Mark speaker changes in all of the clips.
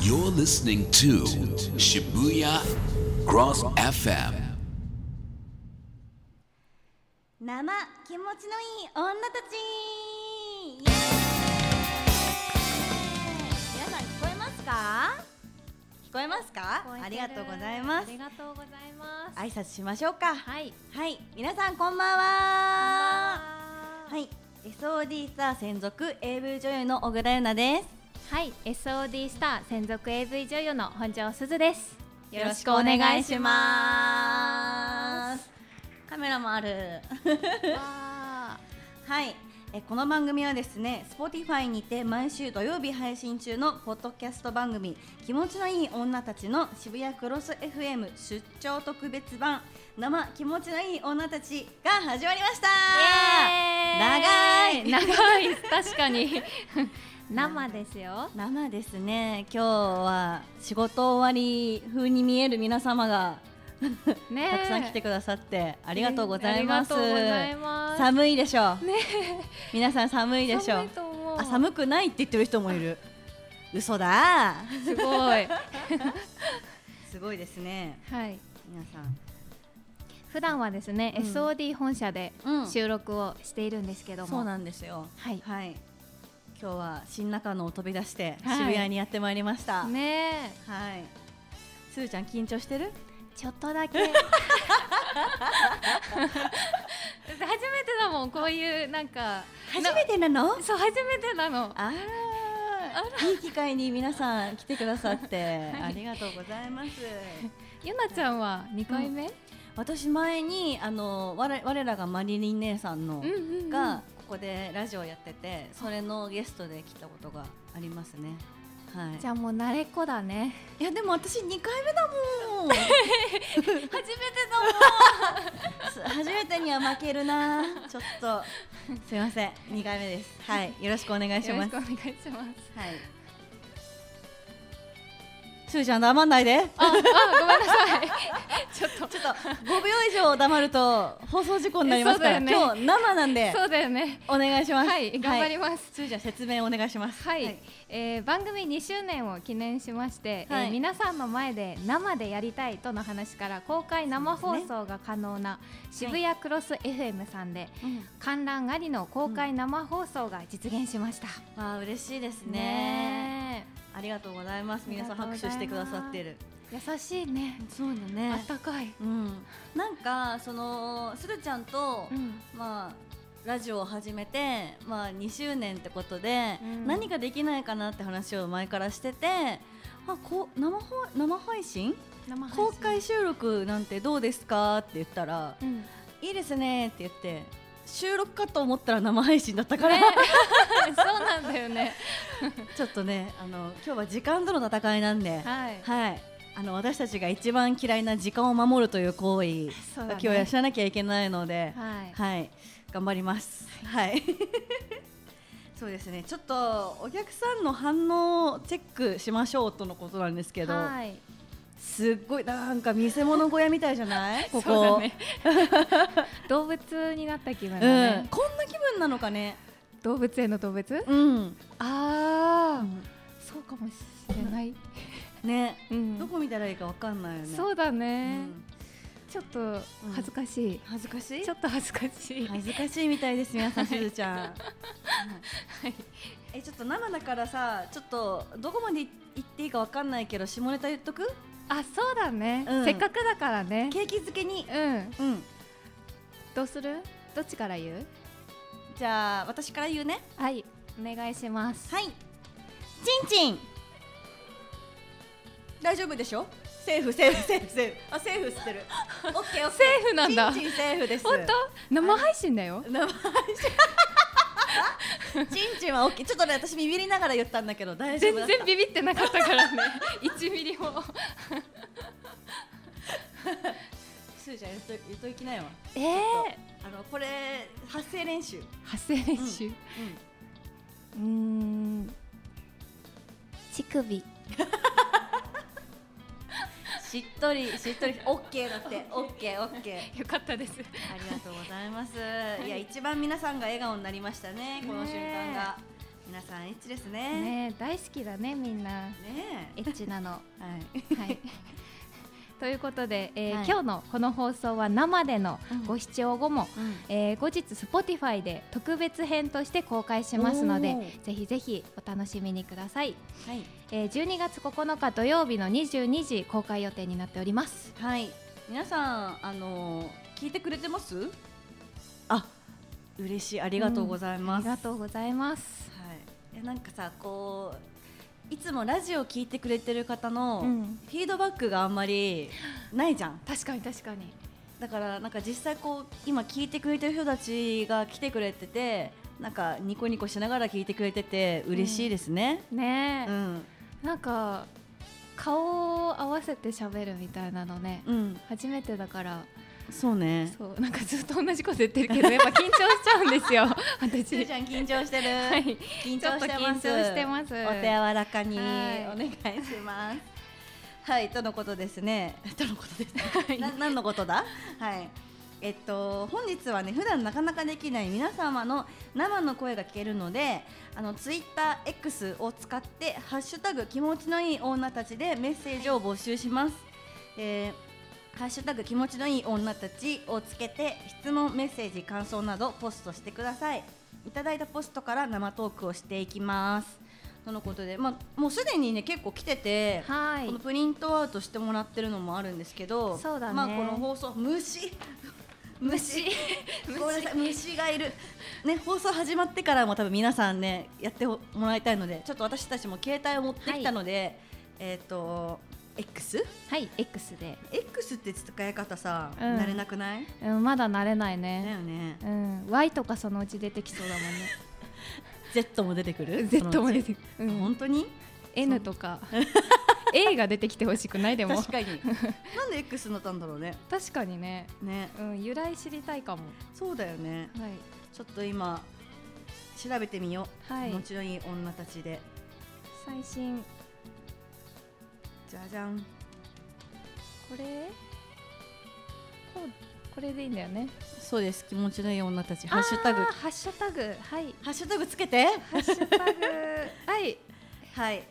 Speaker 1: You're listening to Shibuya Cross FM.
Speaker 2: 生気持ちのいい女たちイエーイ皆さん聞こえますか聞こえますかありがとうございます
Speaker 3: ありがとうございます。
Speaker 2: 挨拶しましょうかはい、
Speaker 3: はい。
Speaker 2: 皆さんこんばんははい SOD スター専属 AV 女優の小倉優奈で
Speaker 3: はい、SOD スター専属 AV 女優の本庄すずです。
Speaker 2: すよろしくお願いしますカメラもある
Speaker 3: す。わ
Speaker 2: はい、えーこの番組はですね Spotify にて毎週土曜日配信中のポッドキャスト番組「気持ちのいい女たち」の渋谷クロス FM 出張特別版「生気持ちのいい女たち」が始まりました
Speaker 3: ー
Speaker 2: 長い
Speaker 3: 長い。 確かに生ですよ。
Speaker 2: 生ですね今日は仕事終わり風に見える皆様が
Speaker 3: ね
Speaker 2: たくさん来て
Speaker 3: く
Speaker 2: くださってありがとうございます,、
Speaker 3: ありがとうございます。
Speaker 2: 寒いでしょう、皆さん寒いでしょう
Speaker 3: 寒いと思う。
Speaker 2: あ寒くないって言ってる人もいる嘘だ
Speaker 3: すごい。
Speaker 2: すごいですね
Speaker 3: はい。
Speaker 2: 皆さん
Speaker 3: 普段はですね、
Speaker 2: うん
Speaker 3: SOD 本社で
Speaker 2: うん
Speaker 3: 収録をしているんですけども、
Speaker 2: そうなんですよ
Speaker 3: はい
Speaker 2: はい今日は新中野を飛び出して
Speaker 3: はい
Speaker 2: 渋谷にやってまいりましたはい、
Speaker 3: ねえ
Speaker 2: すーちゃん緊張してる
Speaker 3: ちょっとだ けだって初めてだもんこういうなんか
Speaker 2: 初めてなの
Speaker 3: そう初めてなの
Speaker 2: あらいい機会に皆さん来てくださって、ありがとうございます
Speaker 3: ゆなちゃんは二回目、
Speaker 2: 私前にあの我我らがマリリン姉さんの、
Speaker 3: うんうんうん
Speaker 2: がここでラジオやっててそれのゲストで来たことがありますね。はい、
Speaker 3: じゃあもう慣れっこだね
Speaker 2: いやでも私2回目だ もん
Speaker 3: 初めて
Speaker 2: 初めてには負けるなちょっとすいません2回目ですはいよろしくお願いし
Speaker 3: だもん
Speaker 2: ま
Speaker 3: よろ
Speaker 2: す
Speaker 3: しくお願いします
Speaker 2: はいすーちゃん黙んないで
Speaker 3: ああごめんなさいちょっと
Speaker 2: ちょっと5秒以上黙ると放送事故になりますから、
Speaker 3: そうだよ
Speaker 2: 今日生なんで
Speaker 3: そうだよね
Speaker 2: お願いします
Speaker 3: はい頑張り
Speaker 2: ま
Speaker 3: ます、
Speaker 2: す、すーちゃん説明お願いします
Speaker 3: はい、えー番組2周年を記念しまして、
Speaker 2: はい
Speaker 3: えー皆さんの前で生でやりたいとの話から公開生放送が可能な
Speaker 2: そうですね
Speaker 3: 渋谷クロス FM さんで
Speaker 2: うん
Speaker 3: 観覧ありの公開生放送が実現しました、
Speaker 2: まあ嬉しいですね
Speaker 3: ね
Speaker 2: ありがとうございます皆さん
Speaker 3: ありがとう
Speaker 2: 拍
Speaker 3: ござ
Speaker 2: 手
Speaker 3: います
Speaker 2: してくださってる
Speaker 3: え優しいね
Speaker 2: そうだ
Speaker 3: あったかい、
Speaker 2: うん、なんかそのすずちゃんと、
Speaker 3: うん
Speaker 2: まあラジオを始めて、まあ、2周年ってことで、
Speaker 3: うん
Speaker 2: 何かできないかなって話を前からしててあこう生ほ生配信
Speaker 3: 生
Speaker 2: 公開収録なんてどうですかって言ったら、
Speaker 3: うん
Speaker 2: いいですねって言って収録かと思ったら生配信だったから、
Speaker 3: そうなんだよね
Speaker 2: ちょっとねあの今日は時間との戦いなんで、
Speaker 3: はい
Speaker 2: はい、あの私たちが一番嫌いな時間を守るという行為
Speaker 3: そう
Speaker 2: 今
Speaker 3: だね
Speaker 2: 日やしなきゃいけないので、
Speaker 3: はい
Speaker 2: はい、頑張ります。はい。 そうですね。ちょっとお客さんの反応をチェックしましょうとのことなんですけど、
Speaker 3: はい
Speaker 2: すっごいなんか見せ物小屋みたいじゃ ないここ。
Speaker 3: そうだね動物になった気分だ
Speaker 2: う
Speaker 3: ね
Speaker 2: ん、、こんな気分なのかね。
Speaker 3: 動物園の動物
Speaker 2: うん。
Speaker 3: ああ、そうかもしれない、
Speaker 2: ね、
Speaker 3: うん
Speaker 2: どこ見たらいいかわかんないよね。
Speaker 3: そうだ
Speaker 2: う
Speaker 3: ね、
Speaker 2: ん
Speaker 3: ちょっと恥ずかしい、
Speaker 2: 恥ずかしい
Speaker 3: ちょ。っと恥ずかしい、
Speaker 2: 恥ずかしいみたいです皆さん、すずちゃん。はい
Speaker 3: い
Speaker 2: え、ちょっと生だからさ、ちょっとどこまで行っていいかわかんないけど、下ネタ言っとく。
Speaker 3: あそうだね、
Speaker 2: うん
Speaker 3: せっかくだからね
Speaker 2: ケーキ漬けに。
Speaker 3: うん
Speaker 2: うん。
Speaker 3: どうするどっちから言う
Speaker 2: じゃあ私から言うね
Speaker 3: はいお願いします
Speaker 2: はいちんちん大丈夫でしょセーフセーフセーフセーフあセーフしてるオッケーオッケー
Speaker 3: セーフなんだ
Speaker 2: ちんちんセーフです
Speaker 3: 本当生配信だよ
Speaker 2: 生配信ちんちんはオッケーちょっとね私ビビりながら言ったんだけど大丈
Speaker 3: 全
Speaker 2: 夫だった
Speaker 3: 然ビビってなかったからね 1ミリも
Speaker 2: すーちゃん言っと言っといきなよ
Speaker 3: え
Speaker 2: あのこれ発声練習
Speaker 3: 発声練習うーん乳首
Speaker 2: しっとりしっとり オッケーだってオッケーオッケー
Speaker 3: よかったです
Speaker 2: ありがとうございます。いや一番皆さんが笑顔になりましたね。この
Speaker 3: ね
Speaker 2: 瞬間が。皆さんエッチですね。
Speaker 3: ねえ大好きだねみんな
Speaker 2: ね
Speaker 3: エッチなの は
Speaker 2: え。はい。
Speaker 3: いということで、えー
Speaker 2: はい
Speaker 3: 今日のこの放送は生での
Speaker 2: うん
Speaker 3: ご視聴後も、えー後日 Spotify で特別編として公開しますので
Speaker 2: おー
Speaker 3: ぜひぜひお楽しみにください、
Speaker 2: はい。
Speaker 3: えー12月9日土曜日の22時公開予定になっております
Speaker 2: はい。皆さんあのー聞いてくれてます？あ、嬉しいありがとうござい
Speaker 3: あ
Speaker 2: ま
Speaker 3: り
Speaker 2: す。
Speaker 3: がとうございます
Speaker 2: はい。いやなんかさこういつもラジオ聞いてくれてる方の
Speaker 3: う
Speaker 2: フ
Speaker 3: ん
Speaker 2: ィードバックがあんまりないじゃん。
Speaker 3: 確かに確かに
Speaker 2: だからなんか実際こう今聞いてくれてる人たちが来てくれてて。なんかニコニコしながら聞いてくれてて嬉しいですね。
Speaker 3: ね
Speaker 2: う
Speaker 3: え、
Speaker 2: ん、
Speaker 3: なんか顔を合わせて喋るみたいなのね、
Speaker 2: うん、
Speaker 3: 初めてだから
Speaker 2: そうね。
Speaker 3: そうなんかずっと同じこと言ってるけどやっぱ緊張しちゃうんですよ
Speaker 2: ちー
Speaker 3: 私
Speaker 2: ちゃん 緊張してる。
Speaker 3: はい
Speaker 2: 緊張してます。
Speaker 3: ちょっと緊張してます
Speaker 2: お手柔らかにお
Speaker 3: はい
Speaker 2: 願いします。はい、とのことですね。 とのことですね。な何のことだ？はい。えっと本日はね普段なかなかできない皆様の生の声が聞けるので、あのツイッター X を使ってハッシュタグ気持ちのいい女たちでメッセージを募集します。えーハッシュタグ気持ちのいい女たちをつけて質問メッセージ感想などポストしてくださいいただいたポストから生トークをしていきますとのことで、まあ、もうすでにね結構来てて、
Speaker 3: は
Speaker 2: この
Speaker 3: い
Speaker 2: プリントアウトしてもらってるのもあるんですけど
Speaker 3: そうだね
Speaker 2: まあ、この放送 虫虫 ごめんなさい虫がいる、ね、放送始まってからも多分皆さんねやってもらいたいのでちょっと私たちも携帯を持ってきたので、えっ、と X?
Speaker 3: はい X で、
Speaker 2: X って使い方さ、
Speaker 3: うん
Speaker 2: 慣れなくない
Speaker 3: うん、まだ慣れない
Speaker 2: だ
Speaker 3: ね
Speaker 2: よね
Speaker 3: うん、Y とかそのうち出てきそうだもんね
Speaker 2: Z も出てく る
Speaker 3: Z も出
Speaker 2: く
Speaker 3: てくる、う
Speaker 2: る
Speaker 3: ん、
Speaker 2: 本当に
Speaker 3: N と か A が出てきてほしくないでも
Speaker 2: 確か になんで X になったんだろうね
Speaker 3: 確かにね、
Speaker 2: ね
Speaker 3: うん、由来知りたいかも
Speaker 2: そうだよね
Speaker 3: はい
Speaker 2: ちょっと今調べてみよう、
Speaker 3: はい
Speaker 2: もちろんいい女たちで
Speaker 3: 最新
Speaker 2: じゃじゃん
Speaker 3: これこうこれでいいんだよね
Speaker 2: そうです気持ちのいい女たちハッシュタグ
Speaker 3: あーハッシュタグはい
Speaker 2: ハッシュタグつけて
Speaker 3: ハッシュタグ はい
Speaker 2: はい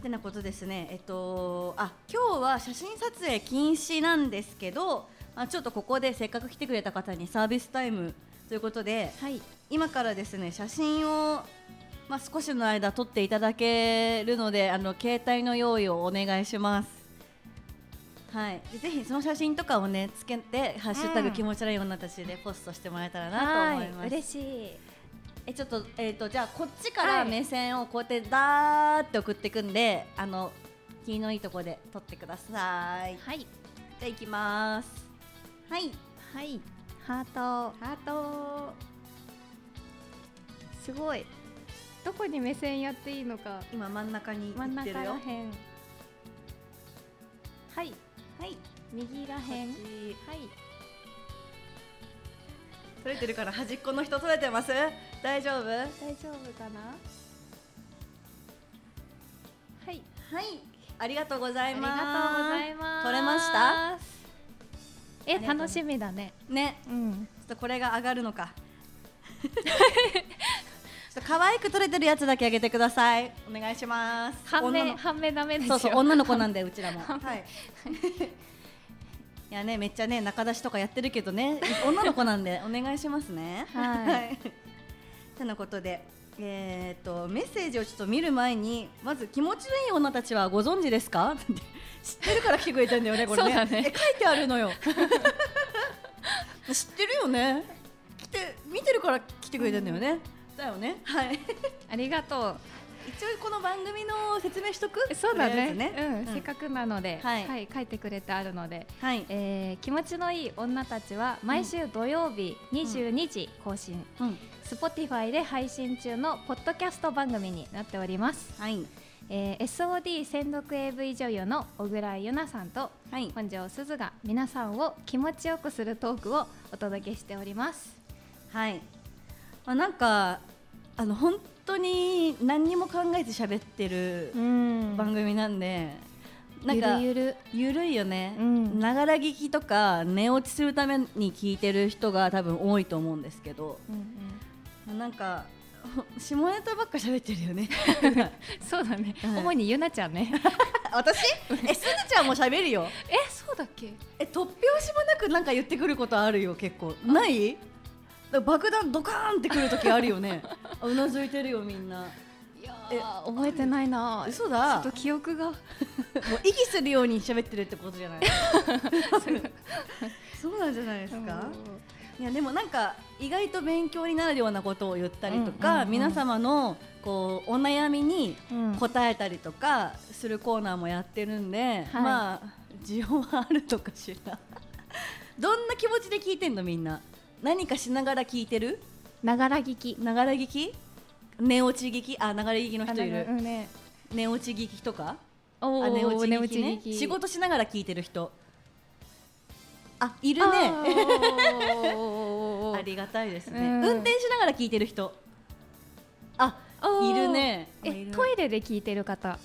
Speaker 2: てなことですねえっとあ今日は写真撮影禁止なんですけどあちょっとここでせっかく来てくれた方にサービスタイムということで
Speaker 3: はい
Speaker 2: 今からですね写真を、まあ、少しの間撮っていただけるのであの携帯の用意をお願いします。はい、でぜひその写真とかをねつけて「ハッシュタグ
Speaker 3: うん
Speaker 2: 気持ち悪い女たち」でポストしてもらえたらなと思いま
Speaker 3: はい
Speaker 2: す。
Speaker 3: 嬉しい
Speaker 2: えちょっと,、えー、とじゃあこっちから
Speaker 3: はい
Speaker 2: 目線をこうやってダーって送っていくんで、あの気のいいとこで撮ってください。
Speaker 3: はい
Speaker 2: じゃあいきます。はい。
Speaker 3: はいハートハートすごいどこに目線やっていいのか
Speaker 2: 今真ん中に
Speaker 3: 真ん
Speaker 2: 行って
Speaker 3: 中
Speaker 2: るよ。
Speaker 3: らへんはい
Speaker 2: はい。
Speaker 3: 右ら
Speaker 2: こ
Speaker 3: へん
Speaker 2: っち
Speaker 3: はい
Speaker 2: 取れてるから端っこの人取れてます大丈夫は
Speaker 3: 大丈夫かなはい
Speaker 2: いありがとうござ
Speaker 3: あ
Speaker 2: い
Speaker 3: りがとうご
Speaker 2: ます
Speaker 3: ざいます
Speaker 2: 取れました
Speaker 3: え
Speaker 2: ありがとう
Speaker 3: 楽しみだね
Speaker 2: ね
Speaker 3: うん
Speaker 2: ちょっとこれが上がるのか ちょっと可愛く取れてるやつだけあげてくださいお願いします
Speaker 3: 半
Speaker 2: 女
Speaker 3: 目
Speaker 2: の
Speaker 3: 半目 ダメです
Speaker 2: そ
Speaker 3: よ
Speaker 2: うそう女の子なんでう ちらもはいいやねめっちゃね仲出しとかやってるけどね女の子なんで お願いしますね
Speaker 3: はい
Speaker 2: とのことでえー、とメッセージをちょっと見る前にまず気持ちのいい女たちはご存知ですか 知ってるから来てくれてんだよねこれね
Speaker 3: そうだね
Speaker 2: え書いてあるの よ知ってるよね来て見てるから来てくれてんだよね、だよねはい
Speaker 3: ありがと
Speaker 2: 一応この番組の説明しとく
Speaker 3: うそうだ
Speaker 2: とりあえ
Speaker 3: ね
Speaker 2: ず
Speaker 3: うんせっかくなので、
Speaker 2: はい
Speaker 3: 書いてくれてあるので、
Speaker 2: はい、
Speaker 3: えー気持ちのいい女たちは毎週土曜日22時更新、
Speaker 2: うん、
Speaker 3: Spotify で配信中のポッドキャスト番組になっております、
Speaker 2: はい、
Speaker 3: えー SOD 専属 AV 女優の小倉優奈さんと
Speaker 2: はい、
Speaker 3: 本庄すずが皆さんを気持ちよくするトークをお届けしております
Speaker 2: はい。あ、なんか、あの、本当に何にも考えて喋ってる
Speaker 3: ん
Speaker 2: 番組なんで。なんか、
Speaker 3: ゆる
Speaker 2: ゆるいよね
Speaker 3: うん。
Speaker 2: ながら聞きとか、寝落ちするために聞いてる人が多分多いと思うんですけど。
Speaker 3: ゆる、
Speaker 2: なんか、 下ネタばっか喋ってるよ ね
Speaker 3: そうだね、
Speaker 2: うん
Speaker 3: 主にゆなちゃんね
Speaker 2: 私 えすずちゃんも喋るよ
Speaker 3: えそうだっけ
Speaker 2: え突拍子もなくなんか言ってくることあるよ結構ないだから爆弾ドカーンってくるときあるよ ねあうなずいてるよみんない
Speaker 3: やー覚えてないな
Speaker 2: 嘘だ
Speaker 3: ちょっと記憶が
Speaker 2: もう息するように喋ってるってことじゃ ないそうなんじゃないですか、いやでもなんか意外と勉強になるようなことを言ったりとか、
Speaker 3: うんうんうん
Speaker 2: 皆様のこうお悩みに
Speaker 3: うん
Speaker 2: 答えたりとかするコーナーもやってるんで、
Speaker 3: はい
Speaker 2: まあ需要はあるとかしら どんな気持ちで聞いてんのみんな何かしながら聞いてる
Speaker 3: ながら聞き
Speaker 2: ながら聞き寝落ち聞きあながら聞きの人いる
Speaker 3: うんね
Speaker 2: 寝落ち聞きとか
Speaker 3: お
Speaker 2: あ寝落ち
Speaker 3: 寝
Speaker 2: 聞
Speaker 3: 落
Speaker 2: き
Speaker 3: ち
Speaker 2: ね
Speaker 3: 聞き
Speaker 2: 仕事しながら聞いてる人あい
Speaker 3: い
Speaker 2: るね あ
Speaker 3: ね
Speaker 2: りがたいですね、
Speaker 3: うん
Speaker 2: 運転しながら聞いてる人あいるね
Speaker 3: えトイレで聞いてる方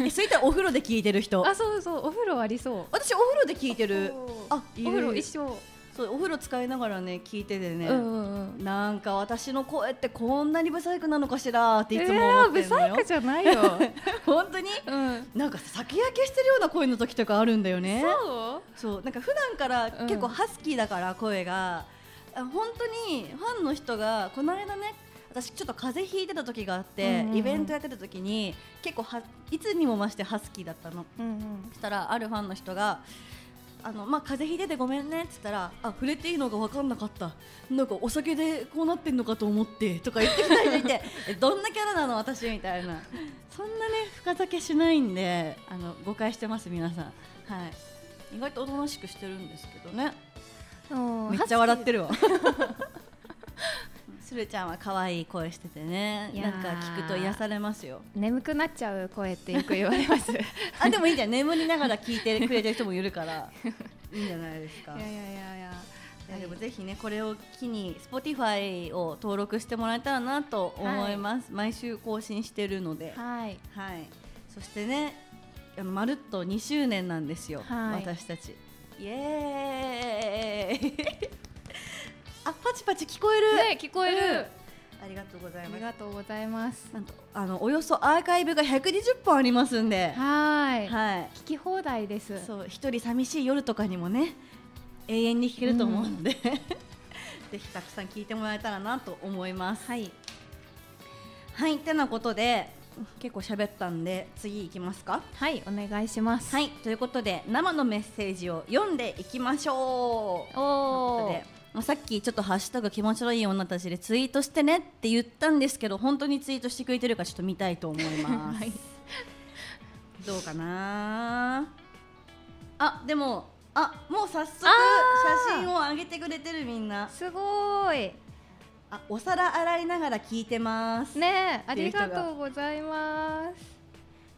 Speaker 2: えそれとお風呂で聞いてる人
Speaker 3: あそうそうお風呂ありそう
Speaker 2: 私お風呂で聞いてるあいる
Speaker 3: お風呂一緒
Speaker 2: そうお風呂使いながらね聞いててね、
Speaker 3: うんうんうん
Speaker 2: なんか私の声ってこんなに不細工なのかしらっていつも
Speaker 3: え
Speaker 2: 思
Speaker 3: ー
Speaker 2: って
Speaker 3: ブ
Speaker 2: るの
Speaker 3: サイ
Speaker 2: よ、
Speaker 3: クじゃないよ
Speaker 2: 本当に
Speaker 3: うん
Speaker 2: なんかさ酒焼けしてるような声の時とかあるんだよね
Speaker 3: そう
Speaker 2: そうなんか普段から
Speaker 3: うん
Speaker 2: 結構ハスキーだから声が、あ本当にファンの人がこの間ね私ちょっと風邪ひいてた時があって、
Speaker 3: うんうんうん
Speaker 2: イベントやってた時に結構はいつにも増してハスキーだったの
Speaker 3: うん
Speaker 2: そしたらあるファンの人があのまあ、風邪ひいててごめんねって言ったらあ触れていいのが分かんなかったなんかお酒でこうなってんのかと思ってとか言ってきたりして えどんなキャラなの私みたいなそんなね深酒しないんであの誤解してます皆さん、はい、意外とおとなしくしてるんですけどね
Speaker 3: うん
Speaker 2: めっちゃ笑って
Speaker 3: る
Speaker 2: るわ するちゃんは可愛い声しててね
Speaker 3: いや
Speaker 2: な
Speaker 3: ー
Speaker 2: んか聞くと癒されますよ
Speaker 3: 眠くなっちゃう声ってよく言われます い
Speaker 2: あでもいいじゃん眠りながら聞いてくれてる人もいるから いいんじゃないですか
Speaker 3: やいやいやいや
Speaker 2: いやでもぜひねこれを機に Spotify を登録してもらえたらなと思います、毎週更新してるので、
Speaker 3: はい
Speaker 2: はい、そしてねあのまるっと2周年なんですよ、
Speaker 3: はい
Speaker 2: 私たちイエーイ あパチパチ聞こえる、
Speaker 3: ね聞こえ
Speaker 2: うん
Speaker 3: る
Speaker 2: ありがとうござ
Speaker 3: あ
Speaker 2: いま
Speaker 3: り
Speaker 2: す
Speaker 3: がとうございます
Speaker 2: なんとあのおよそアーカイブが120本ありますんで、
Speaker 3: はい
Speaker 2: はい、
Speaker 3: 聞き放題です
Speaker 2: そう一人寂しい夜とかにもね永遠に聴けると思うの で、ぜひたくさん聞いてもらえたらなと思います。はい、はい、ってなことで結構喋ったんで次行きますか。
Speaker 3: はいお願いします
Speaker 2: はいということで生のメッセージを読んでいきましょう。ということ
Speaker 3: お
Speaker 2: でもうさっきちょっと「ハッシュタグ気持ちのいい女たち」でツイートしてねって言ったんですけど本当にツイートしてくれてるかちょっと見たいと思い ます、
Speaker 3: はい
Speaker 2: どうかなあでもあもう早速
Speaker 3: あー
Speaker 2: 写真を上げてくれてるみんな
Speaker 3: すごーい
Speaker 2: あお皿洗いながら聞いてます、
Speaker 3: ねえあ
Speaker 2: ていう
Speaker 3: り
Speaker 2: 人が
Speaker 3: がとうございます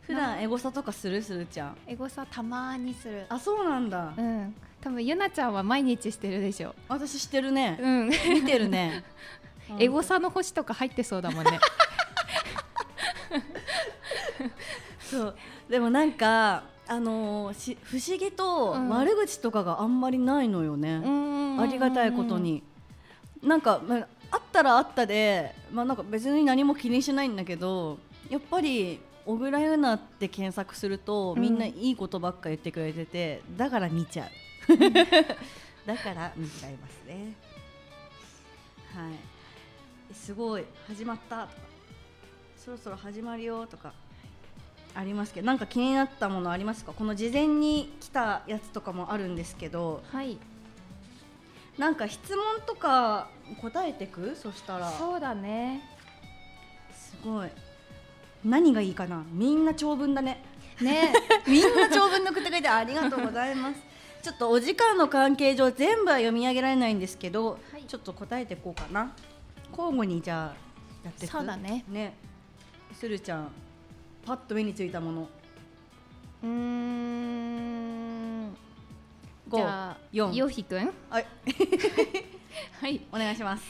Speaker 2: 普段エゴサとかするするちゃん
Speaker 3: エゴサたまーにする
Speaker 2: あそうなんだ、
Speaker 3: うん多分ゆなちゃんは毎日してるでしょ
Speaker 2: 私してるね、
Speaker 3: うん
Speaker 2: 見てるね
Speaker 3: エゴサの星とか入ってそうだも んね
Speaker 2: そうでもなんかあのーし不思議と
Speaker 3: うん
Speaker 2: 悪口とかがあんまりないのよね、あ
Speaker 3: あ
Speaker 2: りがたいことに、なんか、まあ、あったらあったで、まあ、なんか別に何も気にしないんだけどやっぱり小倉優奈って検索すると
Speaker 3: うん
Speaker 2: みんないいことばっか言ってくれてて、だから見ちゃうだから見ちゃいますねはいえすごい始まったとかそろそろ始まるよとかありますけどなんか気になったものありますかこの事前に来たやつとかもあるんですけど
Speaker 3: はい
Speaker 2: なんか質問とか答えてくそしたら
Speaker 3: そうだね
Speaker 2: すごい何がいいかなみんな長文だね
Speaker 3: ね
Speaker 2: みんな長文のくてくれてありがとうございます ちょっとお時間の関係上全部は読み上げられないんですけど、
Speaker 3: はい
Speaker 2: ちょっと答えていこうかな交互にじゃあやってく
Speaker 3: そうだね
Speaker 2: ねするちゃんパッと目についたもの
Speaker 3: うーんじゃあ
Speaker 2: 四
Speaker 3: よひくん
Speaker 2: はい
Speaker 3: はい
Speaker 2: お願いします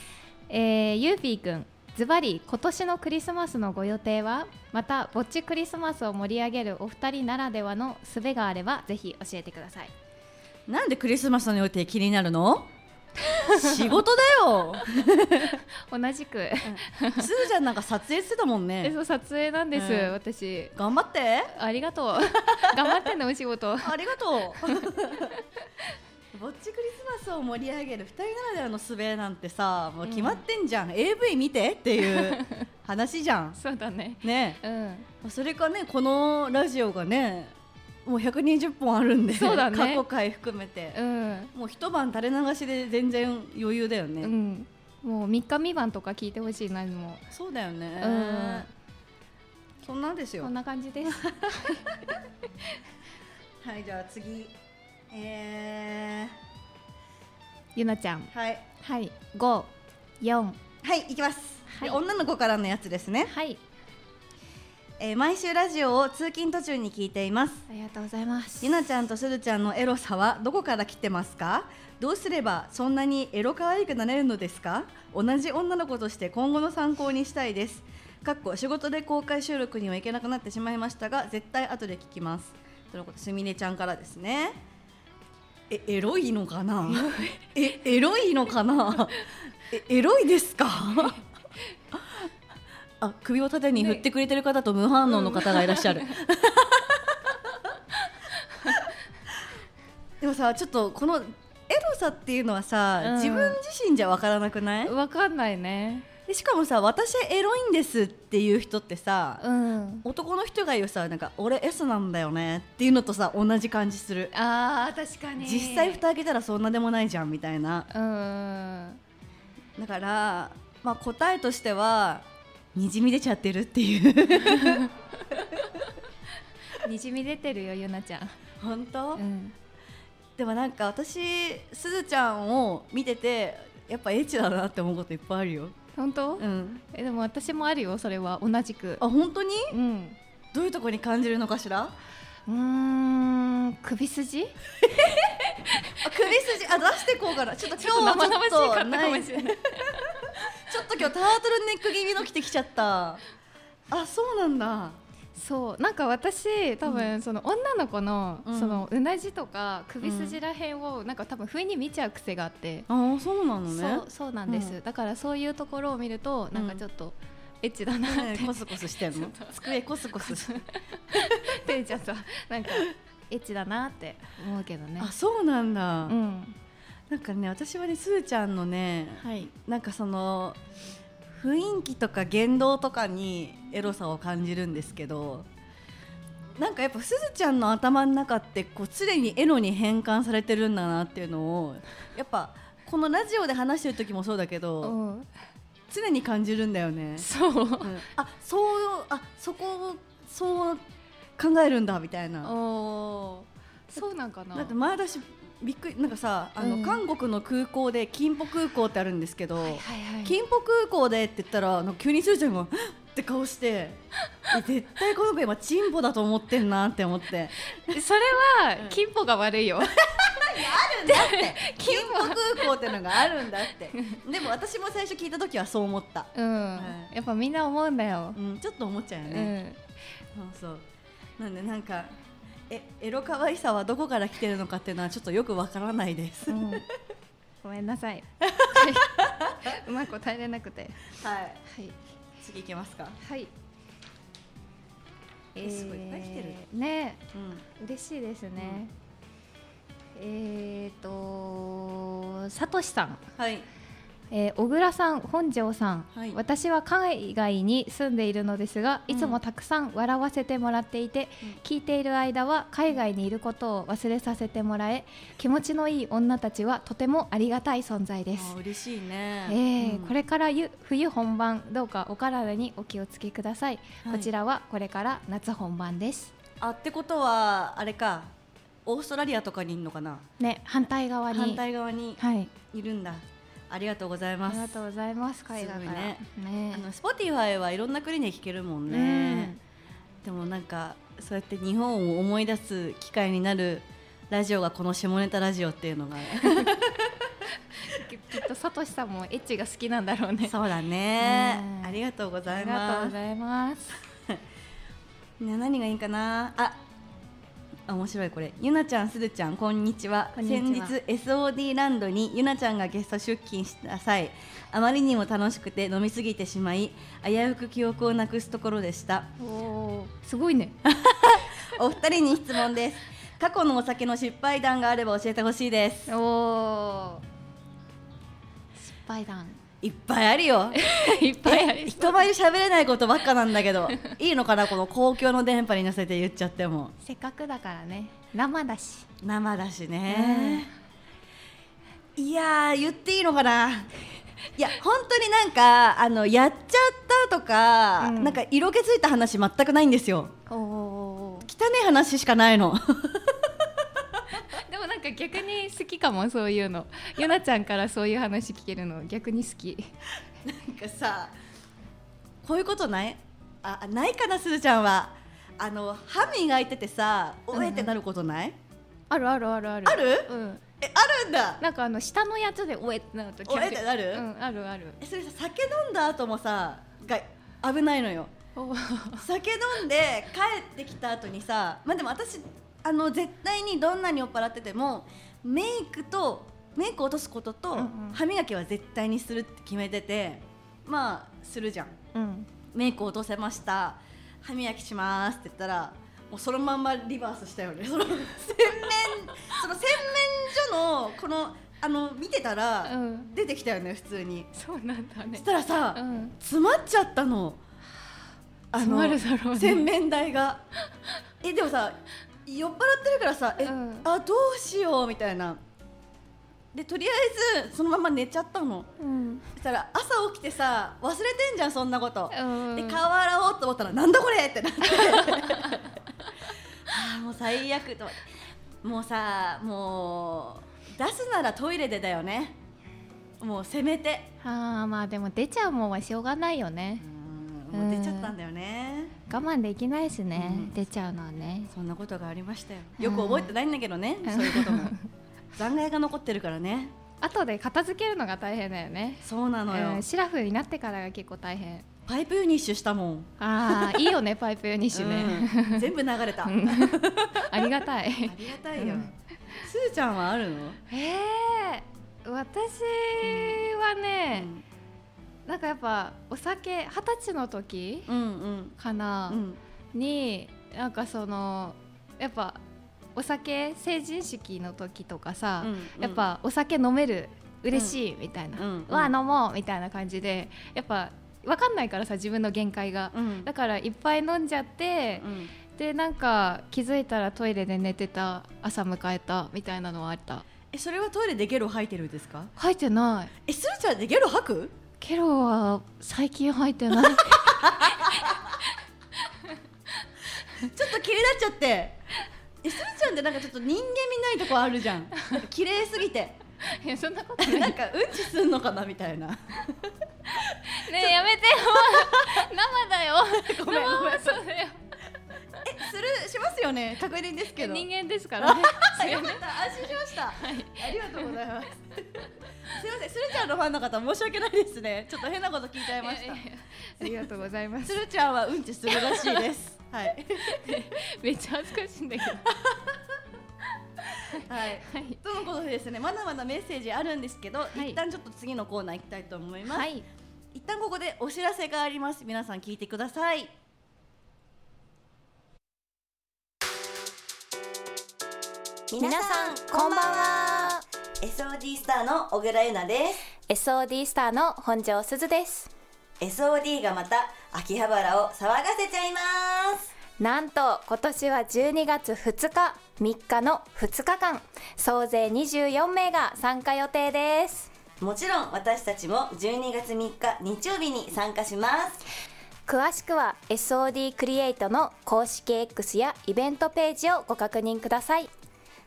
Speaker 3: えー、ゆうぴーくんズバリ今年のクリスマスのご予定はまたぼっちクリスマスを盛り上げるお二人ならではの術があればぜひ教えてください
Speaker 2: なんでクリスマスの予定気になるの 仕事だよ
Speaker 3: 同 じく
Speaker 2: すずちゃんなんか撮影してたもん
Speaker 3: え
Speaker 2: ね
Speaker 3: そう撮影なんです、
Speaker 2: うん
Speaker 3: 私
Speaker 2: 頑張って
Speaker 3: ありがとう 頑張ってねお仕事
Speaker 2: ありがとう ぼっちクリスマスを盛り上げる2人ならではの術なんてさもう決まってんじゃん、AV 見てって いう話じゃん
Speaker 3: そうだね
Speaker 2: ね
Speaker 3: うん
Speaker 2: それかねこのラジオがねもう120本あるんで
Speaker 3: そうだね
Speaker 2: 過去回含めて、
Speaker 3: うん
Speaker 2: もう一晩垂れ流しで全然余裕だよね、
Speaker 3: うんもう3日三晩とか聞いてほしいなも
Speaker 2: そうだよ
Speaker 3: う、
Speaker 2: ね、そんなんです
Speaker 3: うん
Speaker 2: よ
Speaker 3: こんな感じです
Speaker 2: はいじゃあ次え
Speaker 3: ゆなちゃん
Speaker 2: ー、はい
Speaker 3: はい五四
Speaker 2: はい行きます、
Speaker 3: はい
Speaker 2: で女の子からのやつですね
Speaker 3: はい
Speaker 2: えー毎週ラジオを通勤途中に聞いています
Speaker 3: ありがとうございます
Speaker 2: ゆなちゃんとすずちゃんのエロさはどこから来てますかどうすればそんなにエロ可愛くなれるのですか同じ女の子として今後の参考にしたいですかっこ仕事で公開収録には行けなくなってしまいましたが絶対後で聞きますとのことすみれちゃんからですねえエロいのかな えエロいのかなえエロいですか あ首を縦に振ってくれてる方と無反応の方がいらっしゃる、でもさちょっとこのエロさっていうのはさ、
Speaker 3: うん
Speaker 2: 自分自身じゃわからなくない
Speaker 3: わかんないね
Speaker 2: でしかもさ私エロいんですっていう人ってさ、
Speaker 3: うん
Speaker 2: 男の人が言うさなんか俺 S なんだよねっていうのとさ同じ感じする
Speaker 3: あー確かに
Speaker 2: 実際蓋開けたらそんなでもないじゃんみたいな
Speaker 3: うん
Speaker 2: だから、まあ、答えとしてはにじみ出ちゃってるって いう
Speaker 3: にじみ出てるよゆなちゃん
Speaker 2: 本当、
Speaker 3: うん
Speaker 2: でもなんか私すずちゃんを見ててやっぱエッチだなって思うこといっぱいあるよ、
Speaker 3: 本当、
Speaker 2: うん、
Speaker 3: えでも私もあるよそれは同じく
Speaker 2: あ本当に
Speaker 3: うん
Speaker 2: どういうとこに感じるのかしらあ
Speaker 3: うーん首筋
Speaker 2: 首筋あ出してこうかなちょっと今日は
Speaker 3: 生
Speaker 2: ちょ
Speaker 3: 々
Speaker 2: っ
Speaker 3: しいかった
Speaker 2: と
Speaker 3: か
Speaker 2: な
Speaker 3: も
Speaker 2: い
Speaker 3: し
Speaker 2: ち
Speaker 3: れない
Speaker 2: ょっと今日タートルネック気味の着てきちゃったあそうなんだ
Speaker 3: そうなんか私多分、その女の子の、
Speaker 2: うん
Speaker 3: そのうなじとか首筋らへんを、なんか多分不意に見ちゃう癖があって、
Speaker 2: あそうなの
Speaker 3: そうそうなんです、
Speaker 2: うん
Speaker 3: だからそういうところを見るとなんかちょっとエッチだなって、
Speaker 2: ねコスコスしてんの
Speaker 3: ちょっと
Speaker 2: 机コスコスして
Speaker 3: て んちゃんさなんかエッチだなって思うけどね
Speaker 2: あそうなんだ、
Speaker 3: うん
Speaker 2: なんかね私はねすずちゃんのね
Speaker 3: はい
Speaker 2: なんかその雰囲気とか言動とかにエロさを感じるんですけどなんかやっぱすずちゃんの頭の中ってこう常にエロに変換されてるんだなっていうのをやっぱこのラジオで話してる時もそうだけ
Speaker 3: う
Speaker 2: ど
Speaker 3: ん
Speaker 2: 常に感じるんだよね。
Speaker 3: そう
Speaker 2: うんあそうあそこをそう考えるんだみたいな。
Speaker 3: おーそうなんかな
Speaker 2: だって前私びっくりなんかさあの、
Speaker 3: うん
Speaker 2: 韓国の空港で金浦空港ってあるんですけど。
Speaker 3: はいはいはい
Speaker 2: 金浦空港でって言ったらなんか急にすずちゃんが って顔してえ絶対この子今チンポだと思ってんなって思って
Speaker 3: それは金歩が悪いよ
Speaker 2: 金浦空港ってのがあるんだって でも私も最初聞いた時は そう思った、
Speaker 3: うん、
Speaker 2: はい
Speaker 3: やっぱみんな思うんだよ
Speaker 2: う、ん、ちょっと思っちゃうよ
Speaker 3: う
Speaker 2: ね、
Speaker 3: ん
Speaker 2: そうそうなんでなんかえエロ可愛さはどこから来てるのかっていうのはちょっとよくわからないです、
Speaker 3: うんごめんな さいうまく答えれなくて
Speaker 2: はい
Speaker 3: はい
Speaker 2: 次行きますか
Speaker 3: はい
Speaker 2: えすごいいっぱい来てる
Speaker 3: ーね
Speaker 2: うん
Speaker 3: 嬉しいですね、えーとさとしさん
Speaker 2: はい
Speaker 3: えー小倉さん、本庄さん、
Speaker 2: はい
Speaker 3: 私は海外に住んでいるのですがいつもたくさん笑わせてもらっていて、
Speaker 2: うん
Speaker 3: 聞いている間は海外にいることを忘れさせてもらえ気持ちのいい女たちはとてもありがたい存在です
Speaker 2: あ。嬉しいね
Speaker 3: えー
Speaker 2: うん
Speaker 3: これからゆ冬本番どうかお体にお気をつけください、
Speaker 2: はい
Speaker 3: こちらはこれから夏本番です
Speaker 2: あってことはあれかオーストラリアとかにいるのかな
Speaker 3: ね反対側に
Speaker 2: 反対側に
Speaker 3: はい
Speaker 2: いるんだありがとうござい
Speaker 3: あ
Speaker 2: ま
Speaker 3: り
Speaker 2: す
Speaker 3: がとうございます海外から
Speaker 2: すごいね
Speaker 3: ね
Speaker 2: あの Spotify はいろんな国で聴けるもんね、でもなんかそうやって日本を思い出す機会になるラジオがこの下ネタラジオっていうの が
Speaker 3: ききっとさとしさんもエッチが好きなんだろうね
Speaker 2: そうだね
Speaker 3: うん
Speaker 2: ありがとうござ
Speaker 3: あ
Speaker 2: い
Speaker 3: りがと
Speaker 2: ま
Speaker 3: うご
Speaker 2: す
Speaker 3: ざいます。
Speaker 2: ね何がいいかなああ面白いこれゆなちゃんするちゃんこんにちは
Speaker 3: こんにちは
Speaker 2: 先日 SOD ランドにゆなちゃんがゲスト出勤した際あまりにも楽しくて飲みすぎてしまい危うく記憶をなくすところでした
Speaker 3: おーすごいね
Speaker 2: お二人に質問です過去のお酒の失敗談があれば教えてほしいです
Speaker 3: おお失敗談
Speaker 2: いっぱいあるよ
Speaker 3: いっぱいあり
Speaker 2: 人前で喋れないことばっかなんだけどいいのかなこの公共の電波に乗せて言っちゃっても
Speaker 3: せっかくだからね生だし
Speaker 2: 生だしね、いやー言っていいのかないや本当になんかあのやっちゃったとか、
Speaker 3: うん
Speaker 2: なんか色気づいた話全くないんですよ
Speaker 3: おお
Speaker 2: 汚い話しかない の
Speaker 3: でもなんか逆に好きかもそういうのゆなちゃんからそういう話聞けるの逆に好き
Speaker 2: なんかさこういうことないああないかなすずちゃんはあの歯磨いててさおえってなることない、
Speaker 3: あるあるあるある
Speaker 2: ある
Speaker 3: うん
Speaker 2: えあるんだ
Speaker 3: なんかあの下のやつでおえってなると逆に
Speaker 2: おえってなる
Speaker 3: うんあるある
Speaker 2: えそれさ酒飲んだ後もさが危ないのよ
Speaker 3: おー
Speaker 2: 酒飲んで帰ってきた後にさまあでも私あの絶対にどんなに酔っ払っててもメイクとメイク落とすことと
Speaker 3: うんうん
Speaker 2: 歯磨きは絶対にするって決めててまあするじゃん
Speaker 3: うん
Speaker 2: メイク落とせました歯磨きしますって言ったらもうそのまんまリバースしたよねその洗面その洗面所のこのあの見てた
Speaker 3: う
Speaker 2: ら
Speaker 3: ん
Speaker 2: 出てきたよね普通に
Speaker 3: そうなんだ
Speaker 2: そ
Speaker 3: ね
Speaker 2: したらさ、
Speaker 3: うん
Speaker 2: 詰まっちゃったのあ
Speaker 3: 詰まるだろうね
Speaker 2: 洗面台がえでもさ酔っ払ってるからさえ、
Speaker 3: うん
Speaker 2: あどうしようみたいなでとりあえずそのまま寝ちゃったの
Speaker 3: うん
Speaker 2: そしたら朝起きてさ忘れてんじゃんそんなこと、
Speaker 3: うん
Speaker 2: で顔洗おうと思ったらなんだこれってなって あーもう最悪と思ってもうさもう出すならトイレでだよねもうせめて
Speaker 3: あーまあでも出ちゃうもんはしょうがないよね
Speaker 2: うんもう出ちゃったんだよね、
Speaker 3: 我慢できないしね、
Speaker 2: うん
Speaker 3: 出ちゃうのはね
Speaker 2: そんなことがありましたよ
Speaker 3: うん
Speaker 2: よく覚えてないんだけどね、そういう ことも残骸が残ってるからね
Speaker 3: 後で片付けるのが大変だよね
Speaker 2: そうなのよ、
Speaker 3: うんシラフになってからが結構大変
Speaker 2: パイプユニッシュしたもん
Speaker 3: ああいいよねパイプユニッシュね、
Speaker 2: うん全部流れた、 あ
Speaker 3: ありがたい
Speaker 2: りがたいよ、
Speaker 3: うん
Speaker 2: すーちゃんはあるの、
Speaker 3: えー、私はね、なんかやっぱお酒二十歳の時
Speaker 2: うんうん
Speaker 3: かな、
Speaker 2: うん
Speaker 3: になんかそのやっぱお酒成人式の時とかさ、
Speaker 2: うん
Speaker 3: やっぱお酒飲める嬉しいみたいな、
Speaker 2: う
Speaker 3: うんわ飲もうみたいな感じでやっぱ分かんないからさ自分の限界が、
Speaker 2: うん
Speaker 3: だからいっぱい飲んじゃって
Speaker 2: う、ん
Speaker 3: でなんか気づいたらトイレで寝てた朝迎えたみたいなのはあった
Speaker 2: えそれはトイレでゲロ吐いてるんですか
Speaker 3: 吐いてない
Speaker 2: えすーちゃんでゲロ吐く
Speaker 3: ケロは最近吐いて ない
Speaker 2: ちょっと気になっちゃってえすーちゃんってなんかちょっと人間味ないとこあるじゃんなんか綺麗すぎ て
Speaker 3: いやそんなことない
Speaker 2: なんかうんちすんのかなみたいな
Speaker 3: ねえやめて よ生だよ
Speaker 2: ごめんごめん
Speaker 3: 生放送だよ
Speaker 2: するしますよね確認ですけど
Speaker 3: 人間ですから ね
Speaker 2: あよかった安心しました、ありがとうございます すいませんスルちゃんのファンの方申し訳ないですねちょっと変なこと聞いちゃいまし
Speaker 3: い
Speaker 2: た
Speaker 3: やいやありがとうございま
Speaker 2: ス
Speaker 3: す
Speaker 2: ルちゃんはうんちするらしいです はい、
Speaker 3: めっちゃ恥ずかしいんだけど
Speaker 2: はい、
Speaker 3: はい
Speaker 2: とのことでですねまだまだメッセージあるんですけど、
Speaker 3: い
Speaker 2: 一旦ちょっと次のコーナー行きたいと思います、
Speaker 3: はい
Speaker 2: 一旦ここでお知らせがあります皆さん聞いてください皆さんこんばんは SOD スターの小倉優奈です
Speaker 4: SOD スターの本庄すずです。
Speaker 2: SOD がまた秋葉原を騒がせちゃいます
Speaker 4: なんと今年は12月2日、3日の2日間、総勢24名が参加予定です。
Speaker 2: もちろん私たちも12月3日日曜日に参加します
Speaker 4: 詳しくは SOD クリエイトの公式 X やイベントページをご確認ください。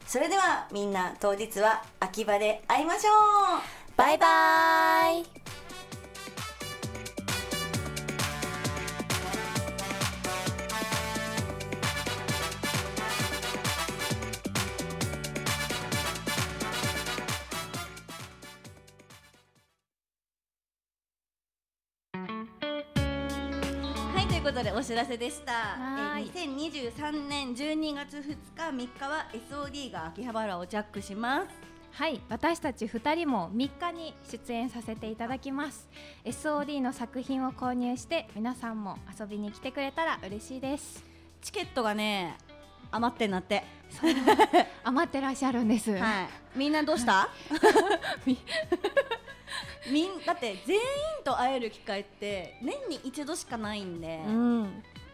Speaker 2: それではみんな当日は秋葉で会いましょう
Speaker 4: バイバイ
Speaker 2: はいということでお知らせでした。
Speaker 3: は
Speaker 2: え
Speaker 3: ーい
Speaker 2: ー2023年12月2日3日は SOD が秋葉原をジャックします。
Speaker 3: はい私たち2人も3日に出演させていただきます SOD の作品を購入して皆さんも遊びに来てくれたら嬉しいです
Speaker 2: チケットがね余ってんなって。
Speaker 3: 余ってらっしゃるんです、
Speaker 2: はい。みんなどう した？ みんだって全員と会える機会って年に一度しかないんで、
Speaker 3: うん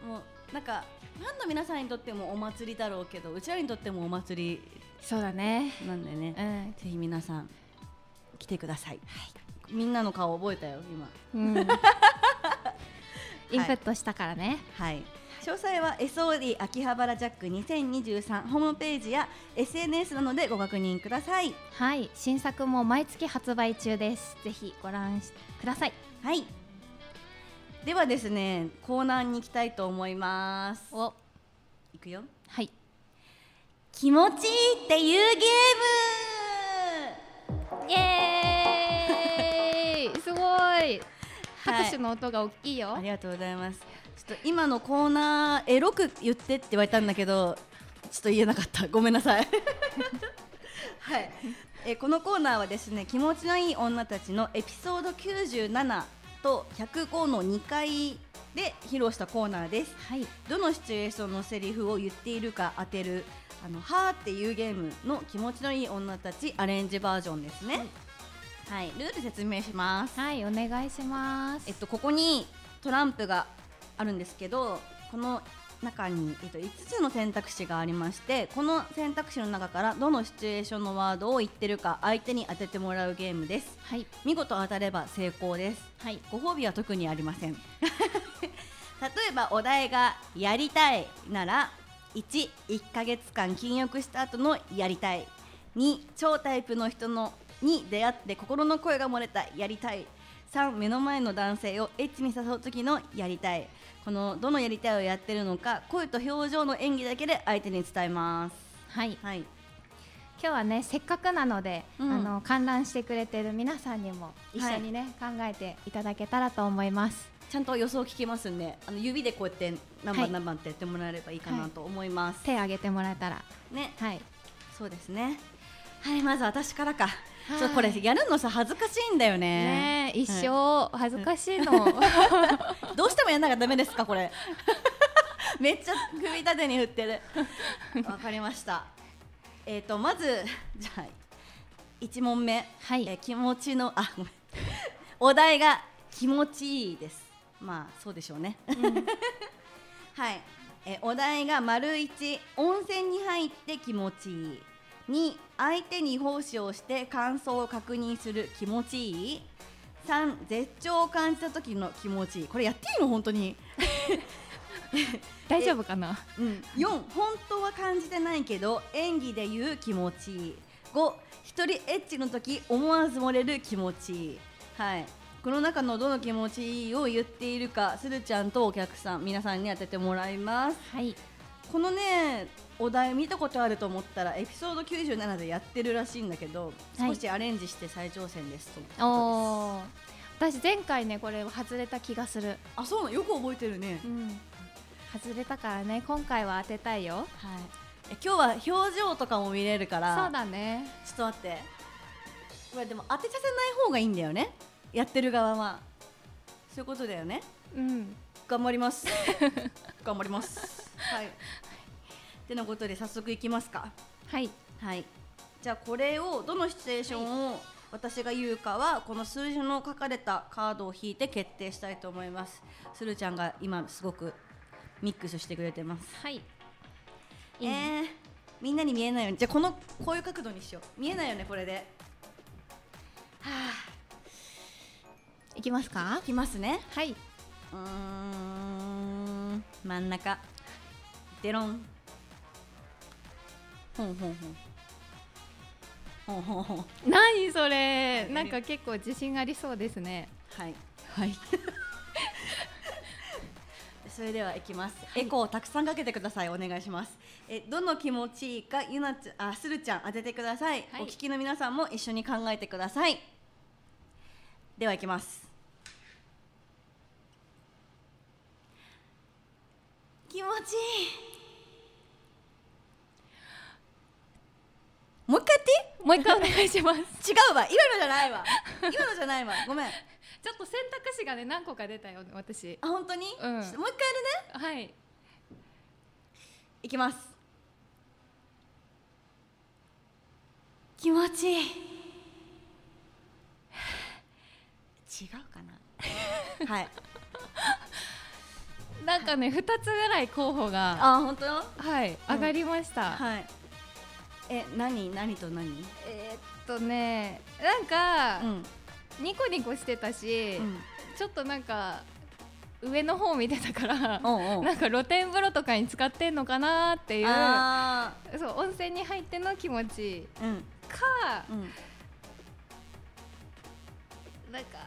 Speaker 2: もうなんかファンの皆さんにとってもお祭りだろうけど、うちらにとってもお祭
Speaker 3: そうだね
Speaker 2: りなんでね。
Speaker 3: うん、
Speaker 2: ぜひ皆さん来てください。みんなの顔覚えたよ今。
Speaker 3: うん、インプットしたからね、
Speaker 2: はい。詳細は SOD 秋葉原ジャック2023ホームページや SNS などでご確認ください。
Speaker 3: はい、新作も毎月発売中です。ぜひご覧しください。
Speaker 2: はい。ではですね、コーナーに行きたいと思います。
Speaker 3: お、
Speaker 2: いくよ。
Speaker 3: はい。
Speaker 2: 気持ちいいっていうゲ
Speaker 3: イエー イ、すごい。拍手の音が大きいよ。
Speaker 2: ーム。ありがとうございます。ちょっと今のコーナーエロく言ってって言われたんだけど、ちょっと言えなかった。ごめんなさい。はい。えーこのコーナーはですね、気持ちのいい女たちのエピソード97と105の2回で披露したコーナーです。
Speaker 3: はい、
Speaker 2: どのシチュエーションのセリフを言っているか当てる「あのはーっていうゲームの気持ちのいい女たちアレンジバージョンですね、はいルール説明します、
Speaker 3: はい、お願いします。
Speaker 2: えっと、ここにトランプがあるんですけどこの中に、えっと、5つの選択肢がありましてこの選択肢の中からどのシチュエーションのワードを言ってるか相手に当ててもらうゲームです
Speaker 3: はい、
Speaker 2: 見事当たれば成功です
Speaker 3: はい、
Speaker 2: ご褒美は特にありません 例えばお題が「やりたい」なら11ヶ月間禁欲した後の「やりたい」2超タイプの人のに出会って心の声が漏れた「やりたい」3目の前の男性をエッチに誘う時の「やりたい」このどの「やりたい」をやってるのか声と表情の演技だけで相手に伝えます
Speaker 3: はい。今
Speaker 2: はい
Speaker 3: 日はね、せっかくなので、
Speaker 2: うん
Speaker 3: あの観覧してくれてる皆さんにも一緒にね、考えていただけたらと思います。
Speaker 2: ちゃんと予想聞きますんであの指でこうやって何
Speaker 3: はい
Speaker 2: 番何番ってやってもらえればいいかなと思います、
Speaker 3: 手挙げてもらえたら、
Speaker 2: ね
Speaker 3: はい。
Speaker 2: そうですね。はい、まず私からか。
Speaker 3: い
Speaker 2: そうこれやるのさ恥ずかしいんだよね。
Speaker 3: ねえ、一生恥ずかしいの。
Speaker 2: どうしてもやんなきゃダメですかこれ。 めっちゃ首立てに振ってる。わかりました。えっ、とまずじゃあ一問目。
Speaker 3: はい
Speaker 2: えー気持ちのあごめん。 お題が気持ちいいです。まあそうでしょうね。 はい、えーお題が丸一温泉に入って気持ちいい2相手に奉仕をして感想を確認する気持ちいい3絶頂を感じた時の気持ちいいこれやっていいの本当に、
Speaker 3: 大丈夫か な。
Speaker 2: うん、4本当は感じてないけど演技で言う気持ちいい5一人エッチの時思わず漏れる気持ちいいはいこの中のどの気持ちいいを言っているかすずちゃんとお客さん皆さんに当ててもらいます
Speaker 3: はい。
Speaker 2: このねお題見たことあると思ったらエピソード97でやってるらしいんだけど、
Speaker 3: はい
Speaker 2: 少しアレンジして再挑戦ですとのことで
Speaker 3: おお私前回ねこれ外れた気がする
Speaker 2: すあそうなのよく覚えてるね、
Speaker 3: うん外れたからね今回は当てたいよ
Speaker 2: はい、え今日は表情とかも見れるから
Speaker 3: そうだね
Speaker 2: ちょっと待ってこれでも当てさせない方がいいんだよねやってる側はそういうことだよね
Speaker 3: うん
Speaker 2: 頑張ります 頑張りますはいってなことで早速いきますか
Speaker 3: はい
Speaker 2: はい。じゃあこれをどのシチュエーションを私が言うかはこの数字の書かれたカードを引いて決定したいと思います。スルちゃんが今すごくミックスしてくれてます。
Speaker 3: はい
Speaker 2: え
Speaker 3: いいね
Speaker 2: ーみんなに見えないようにじゃあこのこういう角度にしよう。見えないよねこれで。
Speaker 3: いきますか
Speaker 2: いきますね。
Speaker 3: はい、
Speaker 2: うーん真ん中。デロン。ほんほんほん。ほんほんほん。
Speaker 3: 何それなんか結構自信ありそうですね
Speaker 2: はい。
Speaker 3: はい
Speaker 2: それではいきます。エコーをたくさんかけてください。お願いします。え、どの気持ちいいか、ゆなちゃん、あ、するちゃん当ててください,、
Speaker 3: はい
Speaker 2: お聞きの皆さんも一緒に考えてください。ではいきます。気持ちいいもう一回やって
Speaker 3: もう一回お願いします
Speaker 2: 違うわ今のじゃないわ今のじゃないわごめんあ
Speaker 3: ちょっと選択肢がね何個か出たよ私
Speaker 2: 本当に、
Speaker 3: うん
Speaker 2: ちょっともう一回やるね
Speaker 3: はい
Speaker 2: いきます気持ちいい 違うかな はい
Speaker 3: なんかね二つぐらい候補が
Speaker 2: あ本当
Speaker 3: はい上がりました、
Speaker 2: はいえ何何と何うん
Speaker 3: えーっとねなんか、
Speaker 2: うん
Speaker 3: ニコニコしてたし、ちょっとなんか上の方見てたから
Speaker 2: おうおう
Speaker 3: なんか露天風呂とかに使ってんのかなっていう
Speaker 2: あ
Speaker 3: そう温泉に入っての気持ち
Speaker 2: ーうん
Speaker 3: か
Speaker 2: うん
Speaker 3: なんか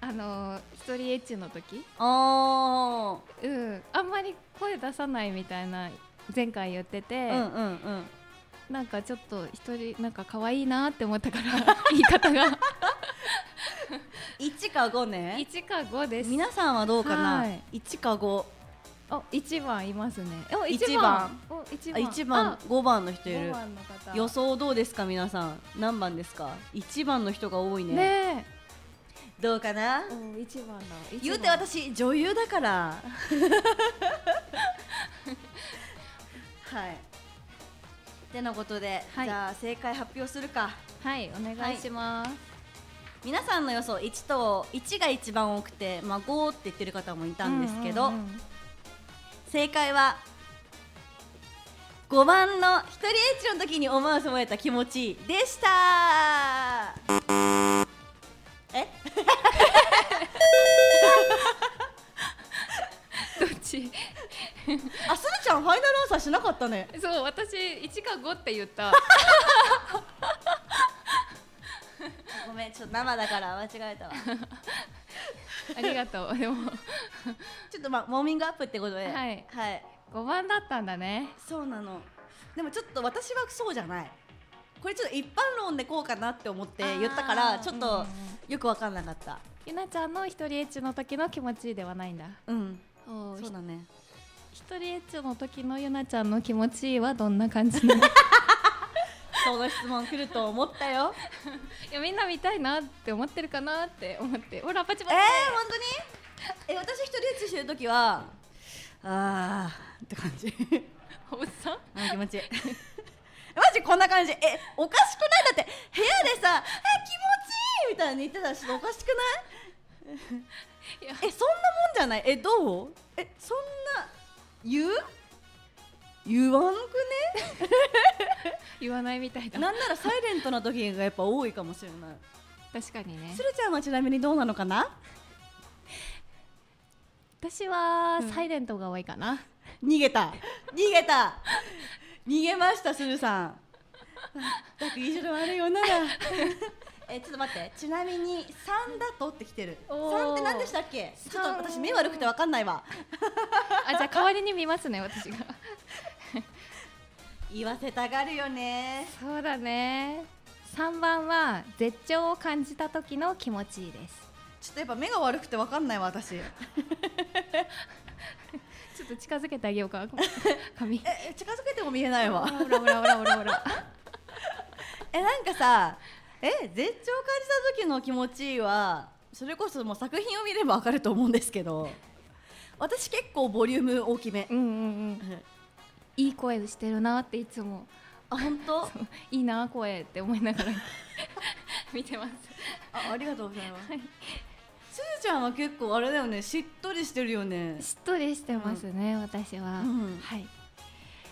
Speaker 3: あのー一人エッチの時
Speaker 2: お
Speaker 3: うんあんまり声出さないみたいな前回言ってて、
Speaker 2: ーうんうんうん
Speaker 3: なんかちょっと一人なんか可愛いなって思ったから 言い方が
Speaker 2: 一か五ね
Speaker 3: 1か5です
Speaker 2: 皆さんはどうかな
Speaker 3: はい
Speaker 2: 一か五
Speaker 3: お1番いますねお一
Speaker 2: 一番
Speaker 3: お一
Speaker 2: あ
Speaker 3: 番
Speaker 2: 一番
Speaker 3: あ
Speaker 2: 五番の人い
Speaker 3: 五
Speaker 2: る
Speaker 3: 番の方
Speaker 2: 予想どうですか皆さん何番ですか一番の人が多いね
Speaker 3: ね
Speaker 2: どうかな
Speaker 3: えお一番だ一番
Speaker 2: 言うて私女優だからはいてなことで、
Speaker 3: はい
Speaker 2: じゃあ正解発表するか
Speaker 3: はいお願いします、
Speaker 2: 皆さんの予想1と1が一番多くて、まあ、5って言ってる方もいたんですけど、
Speaker 3: うんうんうん
Speaker 2: 正解は5番の一人エッチの時に思わず燃えた気持ちでしたえ
Speaker 3: どっち
Speaker 2: あすずちゃんファイナルアンサーしなかったね
Speaker 3: そう私1か5って言った
Speaker 2: ごめんちょっと生だから間違えたわ
Speaker 3: ありがとうでも
Speaker 2: ちょっとまあウォーミングアップってことでは
Speaker 3: はい5番だったんだね
Speaker 2: そうなのでもちょっと私はそうじゃないこれちょっと一般論でこうかなって思って言ったか
Speaker 3: あ
Speaker 2: ら
Speaker 3: ー
Speaker 2: ちょっ
Speaker 3: うんうん
Speaker 2: と
Speaker 3: うん
Speaker 2: よく分かんなかった
Speaker 3: ゆなちゃんの一人エッチの時の気持ちではないんだ
Speaker 2: うん
Speaker 3: お
Speaker 2: そうだね
Speaker 3: 一人エッチの時のゆなちゃんの気持ちはどんな感じなのい
Speaker 2: その質問来ると思ったよ
Speaker 3: やみんな見 たいなって思ってるかなって思ってほらパ チ
Speaker 2: えー、
Speaker 3: パ
Speaker 2: 本
Speaker 3: チ、
Speaker 2: 当にえ私一人エッチしてる時はあーって感じ
Speaker 3: おっさん
Speaker 2: あー気持ちいい マジこんな感じえおかしくないだって部屋でさ「あ気持ちいい!」みたいに言ってたしおかしくない
Speaker 3: いや
Speaker 2: えそんなもんじゃないえどうえそんな言う言わんく
Speaker 3: 言わないみたい
Speaker 2: ね
Speaker 3: だ
Speaker 2: なんならサイレントな時がやっぱ多いかもしれない
Speaker 3: 確かにね
Speaker 2: 鶴ちゃんはちなみにどうなのかな
Speaker 3: 私は
Speaker 2: うん
Speaker 3: サイレントが多いかな、
Speaker 2: 逃げた逃げた逃げました鶴さんだくいじる悪い女だ えちょっと待ってちなみに3だとってきてる
Speaker 3: おー
Speaker 2: 3って何でしたっけちょっと
Speaker 3: 三
Speaker 2: 私目悪くてわかんないわ
Speaker 3: あじゃあ代わりに見ますね私が
Speaker 2: 言わせたがるよね
Speaker 3: そうだね3番は絶頂を感じた時の気持ちいいです
Speaker 2: ちょっとやっぱ目が悪くてわかんないわ 私
Speaker 3: ちょっと近づけてあげようか 髪
Speaker 2: え近づけても見えないわ
Speaker 3: ほらほらほらほらほら
Speaker 2: えなんかさえ絶頂を感じた時の気持ちいいはそれこそもう作品を見ればわかると思うんですけど私結構ボリューム大きめ
Speaker 3: うんうんうんいい声してるなっていつも
Speaker 2: あ本当あ
Speaker 3: いいな声って思いながら見てます
Speaker 2: ありがとうございます、すずちゃんは結構あれだよねしっとりしてるよね
Speaker 3: しっとりしてますね、私は、
Speaker 2: うん
Speaker 3: はい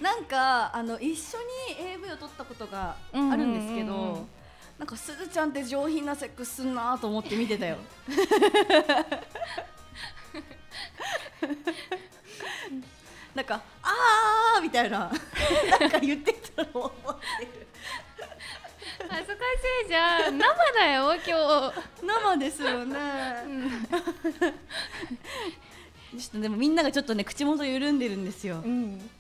Speaker 2: なんかあの一緒に AV を撮ったことがあるんですけど、
Speaker 3: うんうんうんうん
Speaker 2: なんかすずちゃんって上品なセックスすんなと思って見て たよなんか「あー」みたいななんか言ってたのを覚えてる
Speaker 3: 恥ずかしいじゃん生だよ今
Speaker 2: 生ですよね、 ちょっとでもみんながちょっとね口元緩んでるんですよ
Speaker 3: 日、うん、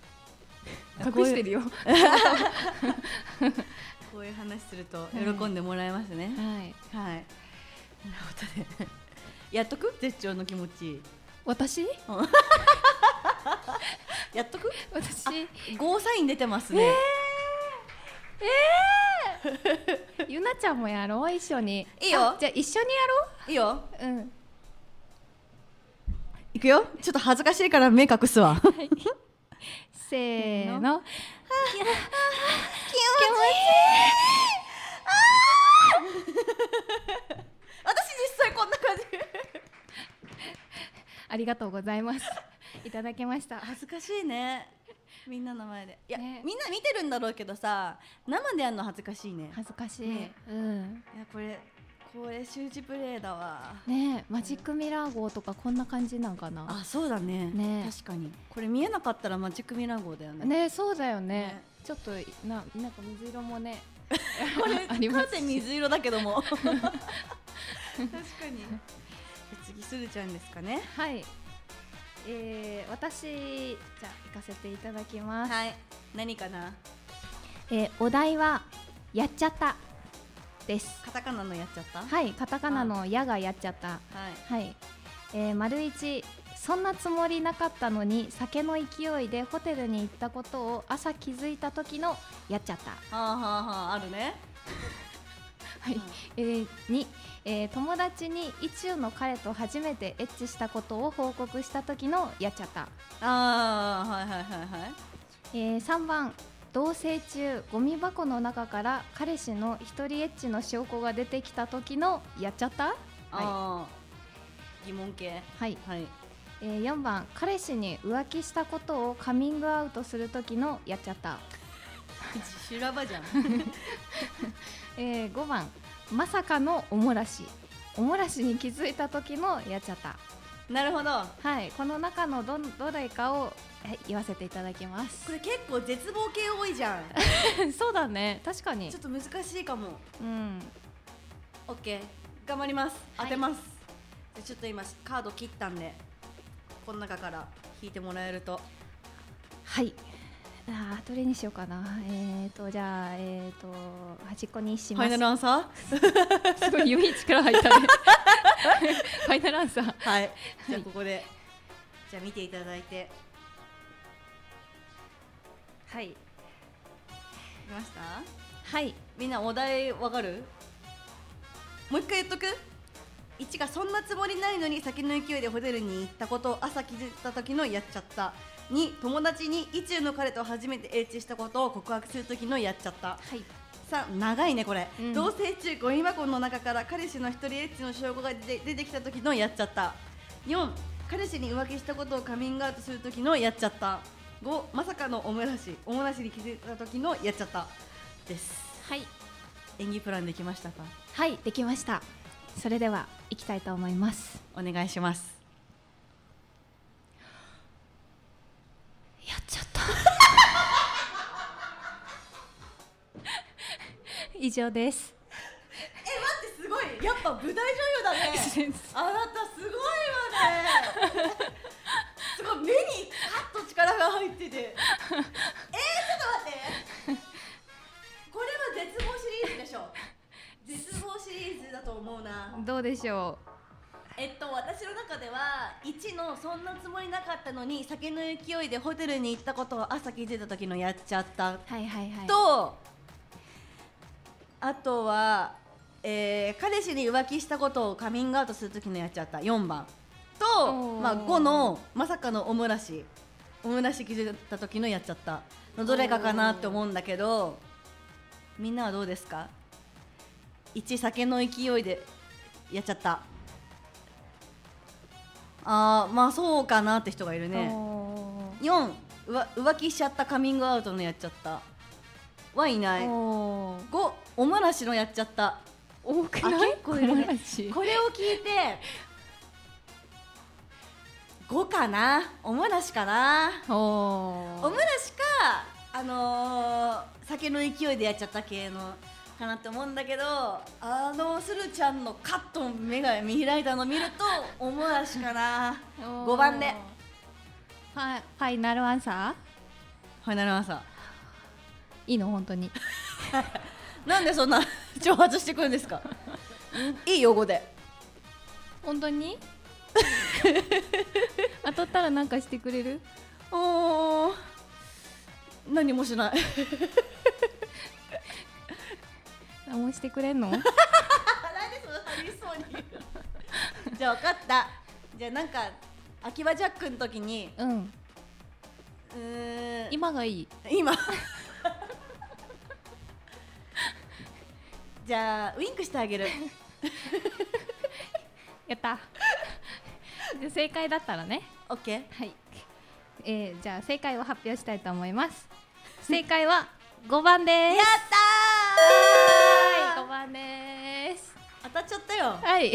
Speaker 2: こういう
Speaker 3: 隠してるよは
Speaker 2: こういう話すると喜んでもらえますね、
Speaker 3: い
Speaker 2: はい。なるほどね。やっとく絶頂の気持ちいい。
Speaker 3: 私
Speaker 2: やっとく
Speaker 3: 私
Speaker 2: あゴーサイン出てますね、
Speaker 3: ゆなちゃんもやろう一緒に
Speaker 2: いいよ
Speaker 3: あじゃあ一緒に
Speaker 2: いいよ
Speaker 3: やろううん
Speaker 2: いくよちょっと恥ずかしいから目隠 すわ
Speaker 3: せーの
Speaker 2: 私実際こんな感じ
Speaker 3: ありがとうございますいただきました
Speaker 2: 恥ずかしいねみんなの前でいや、
Speaker 3: ね
Speaker 2: みんな見てるんだろうけどさ生でやるの恥ずかしいね
Speaker 3: 恥ずかしい、
Speaker 2: ね
Speaker 3: うん
Speaker 2: いやこれこれ周知プレイだわ
Speaker 3: ねえマジックミラー号とかこんな感じなんかな
Speaker 2: あそうだね
Speaker 3: ね
Speaker 2: 確かにこれ見えなかったらマジックミラー号だよね
Speaker 3: ねえそうだよね
Speaker 2: ね
Speaker 3: ちょっとななんか水色も ね
Speaker 2: こ れ
Speaker 3: あり
Speaker 2: カ
Speaker 3: ま
Speaker 2: ー
Speaker 3: す
Speaker 2: テン水色だけど も確かに次するちゃんですかね
Speaker 3: はいえー、私じゃあ行かせていただきます、
Speaker 2: はい何かな
Speaker 3: えーお題はやっちゃったです
Speaker 2: カタカナのやっちゃったはい、
Speaker 3: はいカタカナのやがやっちゃったはい、えー、丸一そんなつもりなかったのに酒の勢いでホテルに行ったことを朝気づいた時のやっちゃった
Speaker 2: はあはあはああるね
Speaker 3: はい、えー、2、えー友達に一応の彼と初めてエッチしたことを報告した時のやっちゃった、
Speaker 2: ああはいはいはいはい
Speaker 3: えー、3番同棲中ゴミ箱の中から彼氏の一人エッチの証拠が出てきた時のやっちゃった
Speaker 2: あー疑問系
Speaker 3: はい、
Speaker 2: はい
Speaker 3: えー、4番彼氏に浮気したことをカミングアウトする時のやっちゃった、
Speaker 2: 修羅場 じゃん
Speaker 3: えー、5番まさかのおもらしおもらしに気づいた時のやっちゃった
Speaker 2: なるほど
Speaker 3: はい、この中のどんどれかをはい言わせていただきま す
Speaker 2: こ。れ結構絶望系多いじゃん
Speaker 3: そうだね、確かに
Speaker 2: ちょっと難しいかも
Speaker 3: うん、
Speaker 2: オッケー頑張ります当
Speaker 3: はい
Speaker 2: てます、でちょっと今カード切ったんでこの中から引いてもらえると
Speaker 3: はい。あーどれにしようかな。えっ、とじゃあえっ、と端っこにし
Speaker 2: フ
Speaker 3: ま
Speaker 2: ァイナル
Speaker 3: す。
Speaker 2: アンサ
Speaker 3: すごい指に力入った ね。ファイナルアンサー。
Speaker 2: ーはいじゃあここでじゃあ見ていただいて
Speaker 3: はい。
Speaker 2: 見ました
Speaker 3: はい。
Speaker 2: みんなお題わかるもう一回言っとく1がそんなつもりないのに酒の勢いでホテルに行ったことを朝気づいた時のやっちゃった2友達に意中の彼と初めてエッチしたことを告白する時のやっちゃった
Speaker 3: はい。
Speaker 2: 3長いねこれ、
Speaker 3: うん
Speaker 2: 同棲中ゴミ箱の中から彼氏の一人エッチの証拠が出て出てきた時のやっちゃった4彼氏に浮気したことをカミングアウトする時のやっちゃった5まさかのおもらしおもらしに気づいた時のやっちゃったです
Speaker 3: はい。
Speaker 2: 演技プランできましたか
Speaker 3: はい、できました。それでは行きたいと思います。
Speaker 2: お願いします
Speaker 3: やっちゃった。以上です。
Speaker 2: え待ってすごいやっぱ舞台女優だ ねあなたすごいわねすごい目にカッと力が入っててえー、ちょっと待ってこれは絶望シリーズでしょ絶望シリーズだと思うな
Speaker 3: どうでしょ
Speaker 2: えっと私の中では1のそんなつもりなかったのに酒の勢いでホテルに行ったことを朝気づいた時のやっちゃった
Speaker 3: う。はいはいはい。
Speaker 2: とあとは、えー彼氏に浮気したことをカミングアウトする時のやっちゃった4番と、
Speaker 3: おー
Speaker 2: まあ、5のまさかのオムラシオムラシ気づいた時のやっちゃったのどれかかなって思うんだけどみんなはどうですか1酒の勢いでやっちゃったあーまあそうかなって人がいるね。
Speaker 3: お
Speaker 2: 4うわ浮気しちゃったカミングアウトのやっちゃったはいな
Speaker 3: ー
Speaker 2: い5
Speaker 3: おー
Speaker 2: おもらしのやっちゃった
Speaker 3: 多く
Speaker 2: あ
Speaker 3: ない
Speaker 2: 結構いるね
Speaker 3: 小林
Speaker 2: これを聞いて5かなおもらしかなお
Speaker 3: おー
Speaker 2: もらしかあのー酒の勢いでやっちゃった系のかなって思うんだけどあのするちゃんのカッと目が見開いたの見るとおもらしかな
Speaker 3: おー
Speaker 2: 5番で
Speaker 3: ファファイナルアンサ
Speaker 2: ファイナルアンサー
Speaker 3: ーいいの本当に
Speaker 2: なんでそんな 挑発してくるんですか。いいよ、語で。
Speaker 3: 本当に当たったらなんかしてくれる
Speaker 2: おー何もしない
Speaker 3: 何もしてくれんの
Speaker 2: 何でその寂しそうにじゃあ分かったじゃあなんか秋葉ジャックの時に
Speaker 3: うん
Speaker 2: うーん
Speaker 3: 今がいい
Speaker 2: 今じゃあウインクしてあげる
Speaker 3: やった で正解だったらね
Speaker 2: オッケー
Speaker 3: はい、えー、じゃあ正解を発表したいと思います正解は5番です
Speaker 2: やったー
Speaker 3: 5番です
Speaker 2: 当たっちゃったよ
Speaker 3: はい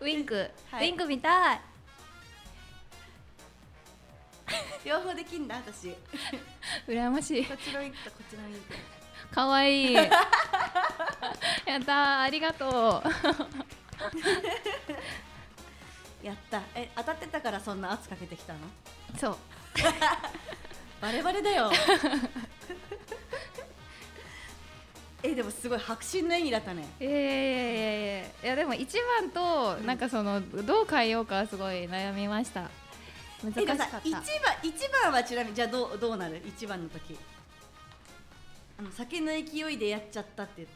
Speaker 3: ウインク、
Speaker 2: はい
Speaker 3: ウインク見たい
Speaker 2: 両方できんだ私こ
Speaker 3: 羨ましい
Speaker 2: っちのウインクとこっちのウインク
Speaker 3: かわいいやったーありがと
Speaker 2: やったえ当たってたからそんな圧かけてきたの
Speaker 3: うそう
Speaker 2: バレバレだ よえでもすごい迫真の演技だったね
Speaker 3: いやいやいやいやいやいやでも一番となんかそのどう変えようかはすごい悩みました
Speaker 2: え
Speaker 3: 難し
Speaker 2: で
Speaker 3: か
Speaker 2: も
Speaker 3: っ
Speaker 2: さ一番
Speaker 3: た
Speaker 2: 一番はちなみにじゃあどうどうなる一番の時あの酒の勢いでやっちゃったってちょ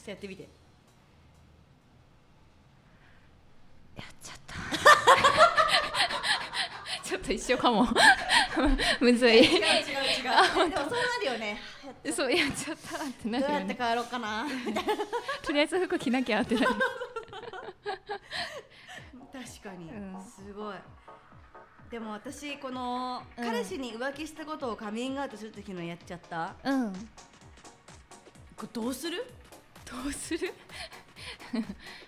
Speaker 2: っとやってみて
Speaker 3: やっちゃったちょっと一緒かもむずい
Speaker 2: 違う違う違うでもそうなるよね
Speaker 3: そうやっちゃったって
Speaker 2: ど
Speaker 3: な
Speaker 2: う
Speaker 3: るよ
Speaker 2: やって
Speaker 3: ね
Speaker 2: 変わろうか な確
Speaker 3: とりあえず服着なきゃってなる
Speaker 2: かに、
Speaker 3: うん
Speaker 2: すごいでも私この、
Speaker 3: うん
Speaker 2: 彼氏に浮気したことをカミングアウトする時のやっちゃった
Speaker 3: うんど
Speaker 2: これどうする
Speaker 3: うする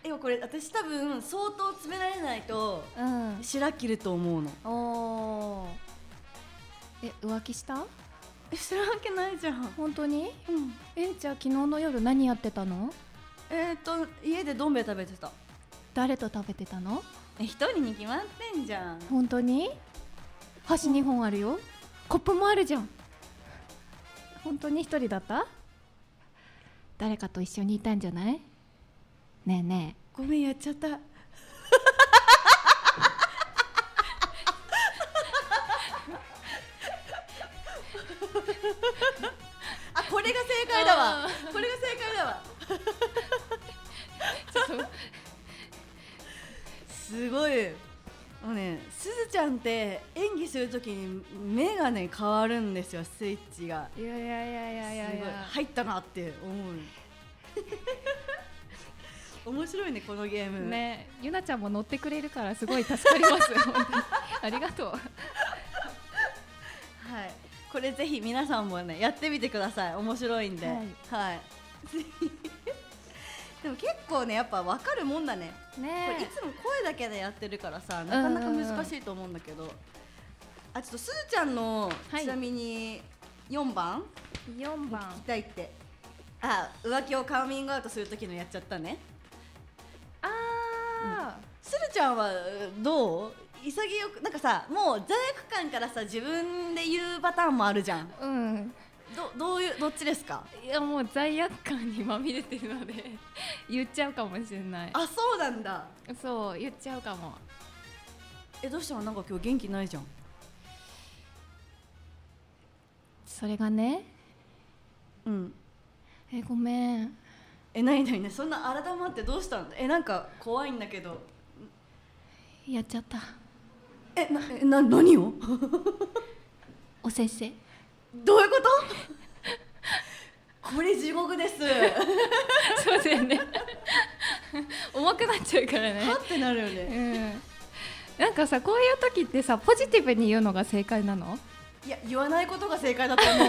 Speaker 2: えこれ私多分相当詰められないと
Speaker 3: うん
Speaker 2: 白切ると思うの
Speaker 3: おーえ浮気した
Speaker 2: え知らんわけないじゃん、
Speaker 3: 本当に
Speaker 2: うん、
Speaker 3: えじゃあ昨日の夜何やってたの
Speaker 2: えっ、と家でどん兵衛食べてた
Speaker 3: 誰と食べてたの
Speaker 2: え一人に決まってんじゃん
Speaker 3: 本当に箸2本あるよコップもあるじゃん本当に一人だった誰かと一緒にいたんじゃないねえね
Speaker 2: ごめんやっちゃったあこれが正解だわ
Speaker 3: あ
Speaker 2: これが正解だわ
Speaker 3: えちょっと
Speaker 2: すごいもうねすずちゃんって演技するときに目がね変わるんですよスイッチが
Speaker 3: いやいやいやいやいやい
Speaker 2: すごい
Speaker 3: や
Speaker 2: 入ったなって思う面白いねこのゲーム
Speaker 3: ねゆなちゃんも乗ってくれるからすごい助かります本当にありがとう
Speaker 2: はい、これぜひ皆さんもねやってみてください面白いんで、は
Speaker 3: はい
Speaker 2: い ぜひでも結構ねやっぱ分かるもんだねこれい
Speaker 3: ね
Speaker 2: つも声だけでやってるからさなかなか難しいと思うんだけど、あちょっとすずちゃんの、
Speaker 3: はい
Speaker 2: ちなみに4番
Speaker 3: 4番
Speaker 2: 聞きたいってあ浮気をカミングアウトする時のやっちゃったね
Speaker 3: あ
Speaker 2: すずちゃんはどう潔くなんかさもう罪悪感からさ自分で言うパターンもあるじゃん
Speaker 3: ーうん
Speaker 2: どどういうどっちですか
Speaker 3: いやもう罪悪感にまみれてるので 言っちゃうかもしれない
Speaker 2: あそうなんだ
Speaker 3: そう言っちゃうかも
Speaker 2: えどうしたのなんか今日元気ないじゃん
Speaker 3: それがね
Speaker 2: うん
Speaker 3: えごめん
Speaker 2: えないないないそんな改まってどうしたのえなんか怖いんだけど
Speaker 3: やっちゃった
Speaker 2: えなえな何を
Speaker 3: おせっせ
Speaker 2: どういうことこれ地獄 ですは
Speaker 3: そうだよね 重くなっちゃうからね
Speaker 2: ってなるよ
Speaker 3: う
Speaker 2: ね
Speaker 3: んなんかさこういう時ってさポジティブに言うのが正解なの
Speaker 2: いや言わないことが正解だと思う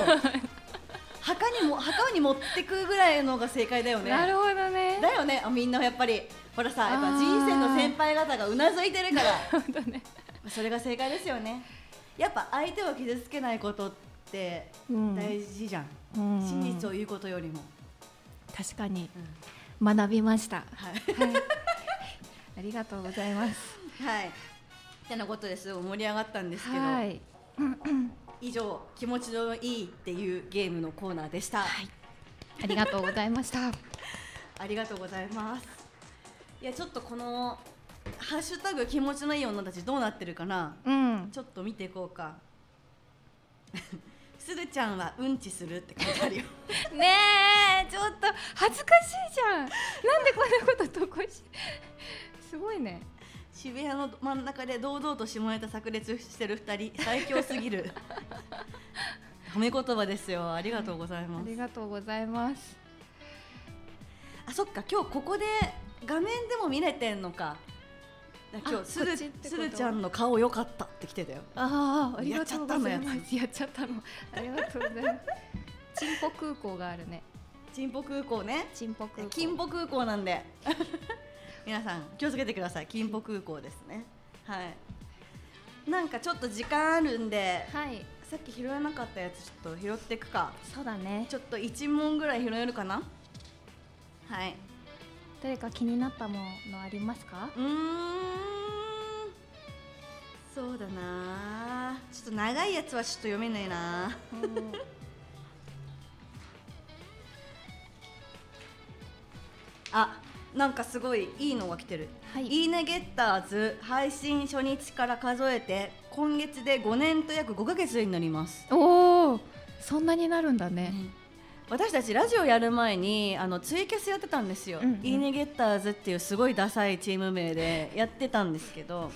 Speaker 2: 墓にも墓に持ってくぐらいのが正解だよね
Speaker 3: なるほどね
Speaker 2: だよねあみんなやっぱりほらさやっぱ人生の先輩方がうなずいてる から
Speaker 3: なるほどね
Speaker 2: それが正解ですよねやっぱ相手を傷つけないことって
Speaker 3: うん
Speaker 2: 大事じゃん、
Speaker 3: うん
Speaker 2: 真実を言うことよりも、
Speaker 3: 確かに
Speaker 2: うん
Speaker 3: 学びまし
Speaker 2: は
Speaker 3: た
Speaker 2: い
Speaker 3: ありがとうございます
Speaker 2: はいってなことですごい盛り上がったんですけど、
Speaker 3: はい
Speaker 2: 以上気持ちのいいっていうゲームのコーナーでした、
Speaker 3: ありがとうございました
Speaker 2: ありがとうございますいやちょっとこのハッシュタグ気持ちのいい女たちどうなってるかな
Speaker 3: うん
Speaker 2: ちょっと見ていこうか すずちゃんはうんちするって書いてあるよ
Speaker 3: ねえちょっと恥ずかしいじゃんなんでこんなこと投稿しすごいね
Speaker 2: 渋谷の真ん中で堂々と下ネタ炸裂してる二人最強すぎる 褒め言葉ですよありがとうございま
Speaker 3: あ
Speaker 2: す
Speaker 3: りがとうございます
Speaker 2: あそっか今日ここで画面でも見れてんのかだから今
Speaker 3: あ
Speaker 2: 日す
Speaker 3: こ
Speaker 2: ず
Speaker 3: っちってこと
Speaker 2: すずちゃんの顔良かったって来てたよ
Speaker 3: あああ
Speaker 2: あ
Speaker 3: り
Speaker 2: り
Speaker 3: が
Speaker 2: が
Speaker 3: と
Speaker 2: と
Speaker 3: う
Speaker 2: う
Speaker 3: ご
Speaker 2: ご
Speaker 3: ざ
Speaker 2: ざ
Speaker 3: い
Speaker 2: い
Speaker 3: ま
Speaker 2: ます
Speaker 3: やっちゃったのありがとうございますチンポ空港があるね
Speaker 2: チンポ空港ね
Speaker 3: チンポ空港
Speaker 2: 金浦空港なんで 皆さん気をつけてください金浦空港ですねはいなんかちょっと時間あるんで
Speaker 3: はい
Speaker 2: さっき拾えなかったやつちょっと拾っていくか
Speaker 3: そうだね
Speaker 2: ちょっと1問ぐらい拾えるかなはい
Speaker 3: 誰か気になったものありますか
Speaker 2: うーんそうだなちょっと長いやつはちょっと読めないなあなんかすごいいいのが来てる
Speaker 3: はい
Speaker 2: いいねゲッターズ配信初日から数えて今月で5年と約5ヶ月になります
Speaker 3: おおそんなになるんだね
Speaker 2: 私たちラジオやる前にあのツイキャスやってたんですよ、
Speaker 3: うんうん
Speaker 2: いいねゲッターズっていうすごいダサいチーム名でやってたんですけど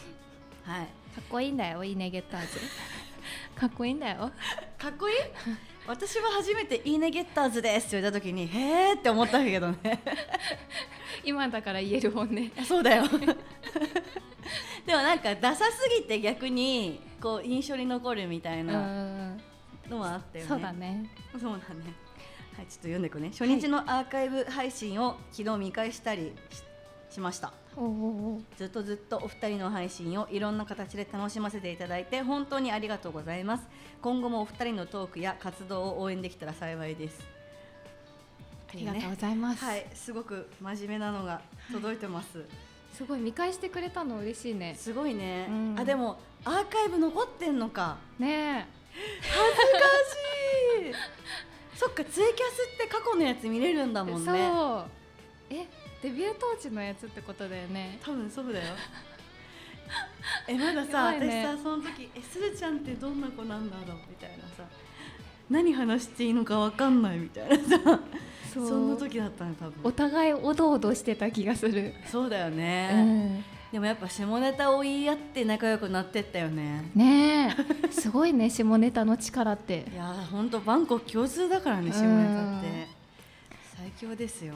Speaker 2: はい
Speaker 3: かっこいいんだよいいねゲッターズ かっこいいんだよ
Speaker 2: かっこ いい私は初めて「いいねゲッターズです」って言った時に「へーって思ったけどね
Speaker 3: 今だから言える本 音
Speaker 2: そうだよ でもなんかダサすぎて逆にこう印象に残るみたいうなんのはあったよね
Speaker 3: そうだね
Speaker 2: そうだねはいちょっと読んでいくね初日のアーカイブ配信を昨日見返したりししました
Speaker 3: おーおー
Speaker 2: ずっとずっとお二人の配信をいろんな形で楽しませていただいて本当にありがとうございます今後もお二人のトークや活動を応援できたら幸いです
Speaker 3: ありがとうご
Speaker 2: ね
Speaker 3: ざいます、
Speaker 2: はいすごく真面目なのが届いてます、
Speaker 3: すごい見返してくれたの嬉しいね
Speaker 2: すごいね、
Speaker 3: うん
Speaker 2: あでもアーカイブ残ってんのか
Speaker 3: ね
Speaker 2: 恥ずかしい そっかツイキャスって過去のやつ見れるんだ
Speaker 3: え
Speaker 2: もん
Speaker 3: そ
Speaker 2: ね
Speaker 3: うえデビュー当時のやつってことだよね
Speaker 2: 多分そうだ よえまださ、
Speaker 3: やばいね
Speaker 2: 私さその時「えすずちゃんってどんな子なんだろう?」みたいなさ何話していいのかわかんないみたいなさそんな時だったね多
Speaker 3: お
Speaker 2: 分
Speaker 3: 互いおどおどしてた気がする、
Speaker 2: そうだよね、
Speaker 3: うん
Speaker 2: でもやっぱ下ネタを言い合って仲良くなってったよね
Speaker 3: ねえすごいね 下ネタの力って
Speaker 2: いやーほんと万国共通だからね下ネタって最強ですよ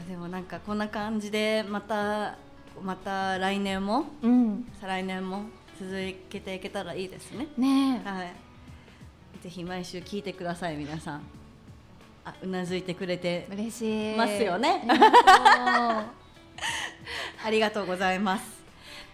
Speaker 2: あーでもなんかこんな感じでまたまた来年も
Speaker 3: うん
Speaker 2: 再来年も続けていけたらいいですね
Speaker 3: ねえ
Speaker 2: はい。ぜひ毎週聞いてください皆さん。あ、うなずいてくれて
Speaker 3: 嬉しい
Speaker 2: ますよね。
Speaker 3: あ
Speaker 2: ありがとうございます。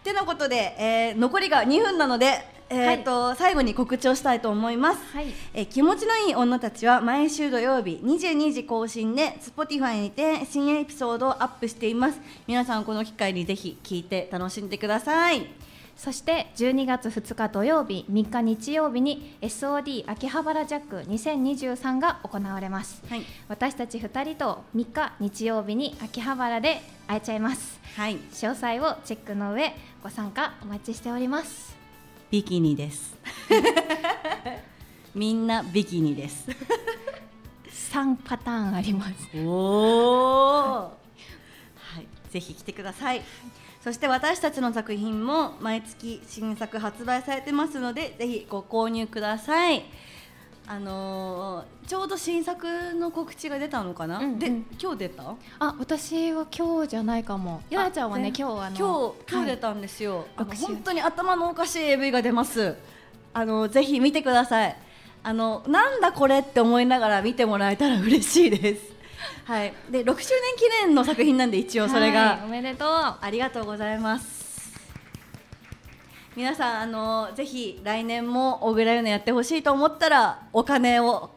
Speaker 2: てなことで、えー残りが2分なので、えっ、と、最後に告知をしたいと思います。
Speaker 3: ーはい
Speaker 2: えー気持ちのいい女たちは毎週土曜日22時更新で Spotify にて新エピソードをアップしています皆さんこの機会にぜひ聞いて楽しんでください
Speaker 3: そして12月2日土曜日3日日曜日に SOD 秋葉原ジャック2023が行われます
Speaker 2: はい
Speaker 3: 私たち2人と3日日曜日に秋葉原で会えちゃいます
Speaker 2: はい
Speaker 3: 詳細をチェックの上ご参加お待ちしております
Speaker 2: ビキニです みんなビキニです
Speaker 3: 3パターンあります
Speaker 2: おお、はい、ぜひ来てください。そして私たちの作品も毎月新作発売されてますので、ぜひご購入ください。あのーちょうど新作の告知が出たのかな、
Speaker 3: うんうん
Speaker 2: で今日出た
Speaker 3: あ私は今日じゃないかもゆらちゃんはね今日はあの
Speaker 2: 今日今日
Speaker 3: はい
Speaker 2: 出たんですよ、あの
Speaker 3: 6周
Speaker 2: 本当に頭のおかしい AV が出ますあのぜひ見てくださいあのなんだこれって思いながら見てもらえたら嬉しい ですはいで6周年記念の作品なんで一応それが、
Speaker 3: はいおめでとうは
Speaker 2: ありがとうございます皆さんあのぜひ来年も小倉優奈やってほしいと思ったらお金を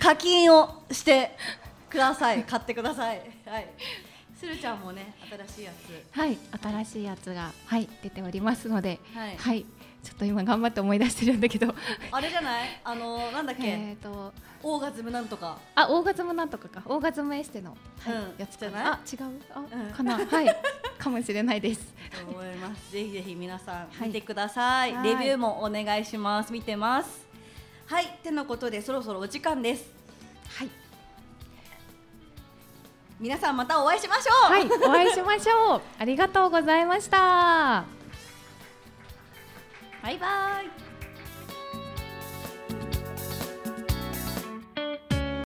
Speaker 2: 課金をしてください買ってくださいはいするちゃんもね新しいやつ
Speaker 3: い新しいやつがはい出ておりますので
Speaker 2: はい
Speaker 3: はいちょっと今頑張って思い出してるんだけど
Speaker 2: あれじゃないあのなんだっけ、
Speaker 3: えっと
Speaker 2: オーガズムなんとか
Speaker 3: あオーガズムなんとかかオーガズムエステの、はい
Speaker 2: うん
Speaker 3: やつ
Speaker 2: じ
Speaker 3: か
Speaker 2: ゃない
Speaker 3: あ違うあ、
Speaker 2: うん
Speaker 3: かな はいかもしれないです
Speaker 2: と思い ます。ぜひぜひ皆さん
Speaker 3: はい
Speaker 2: 見てください。
Speaker 3: はい
Speaker 2: レビューもお願いします。見てます。はい、てなことでそろそろお時間です。
Speaker 3: はい
Speaker 2: 皆さんまたお会いしましょう。
Speaker 3: はい、お会いしましょう。ありがとうございました。
Speaker 2: バイバイ。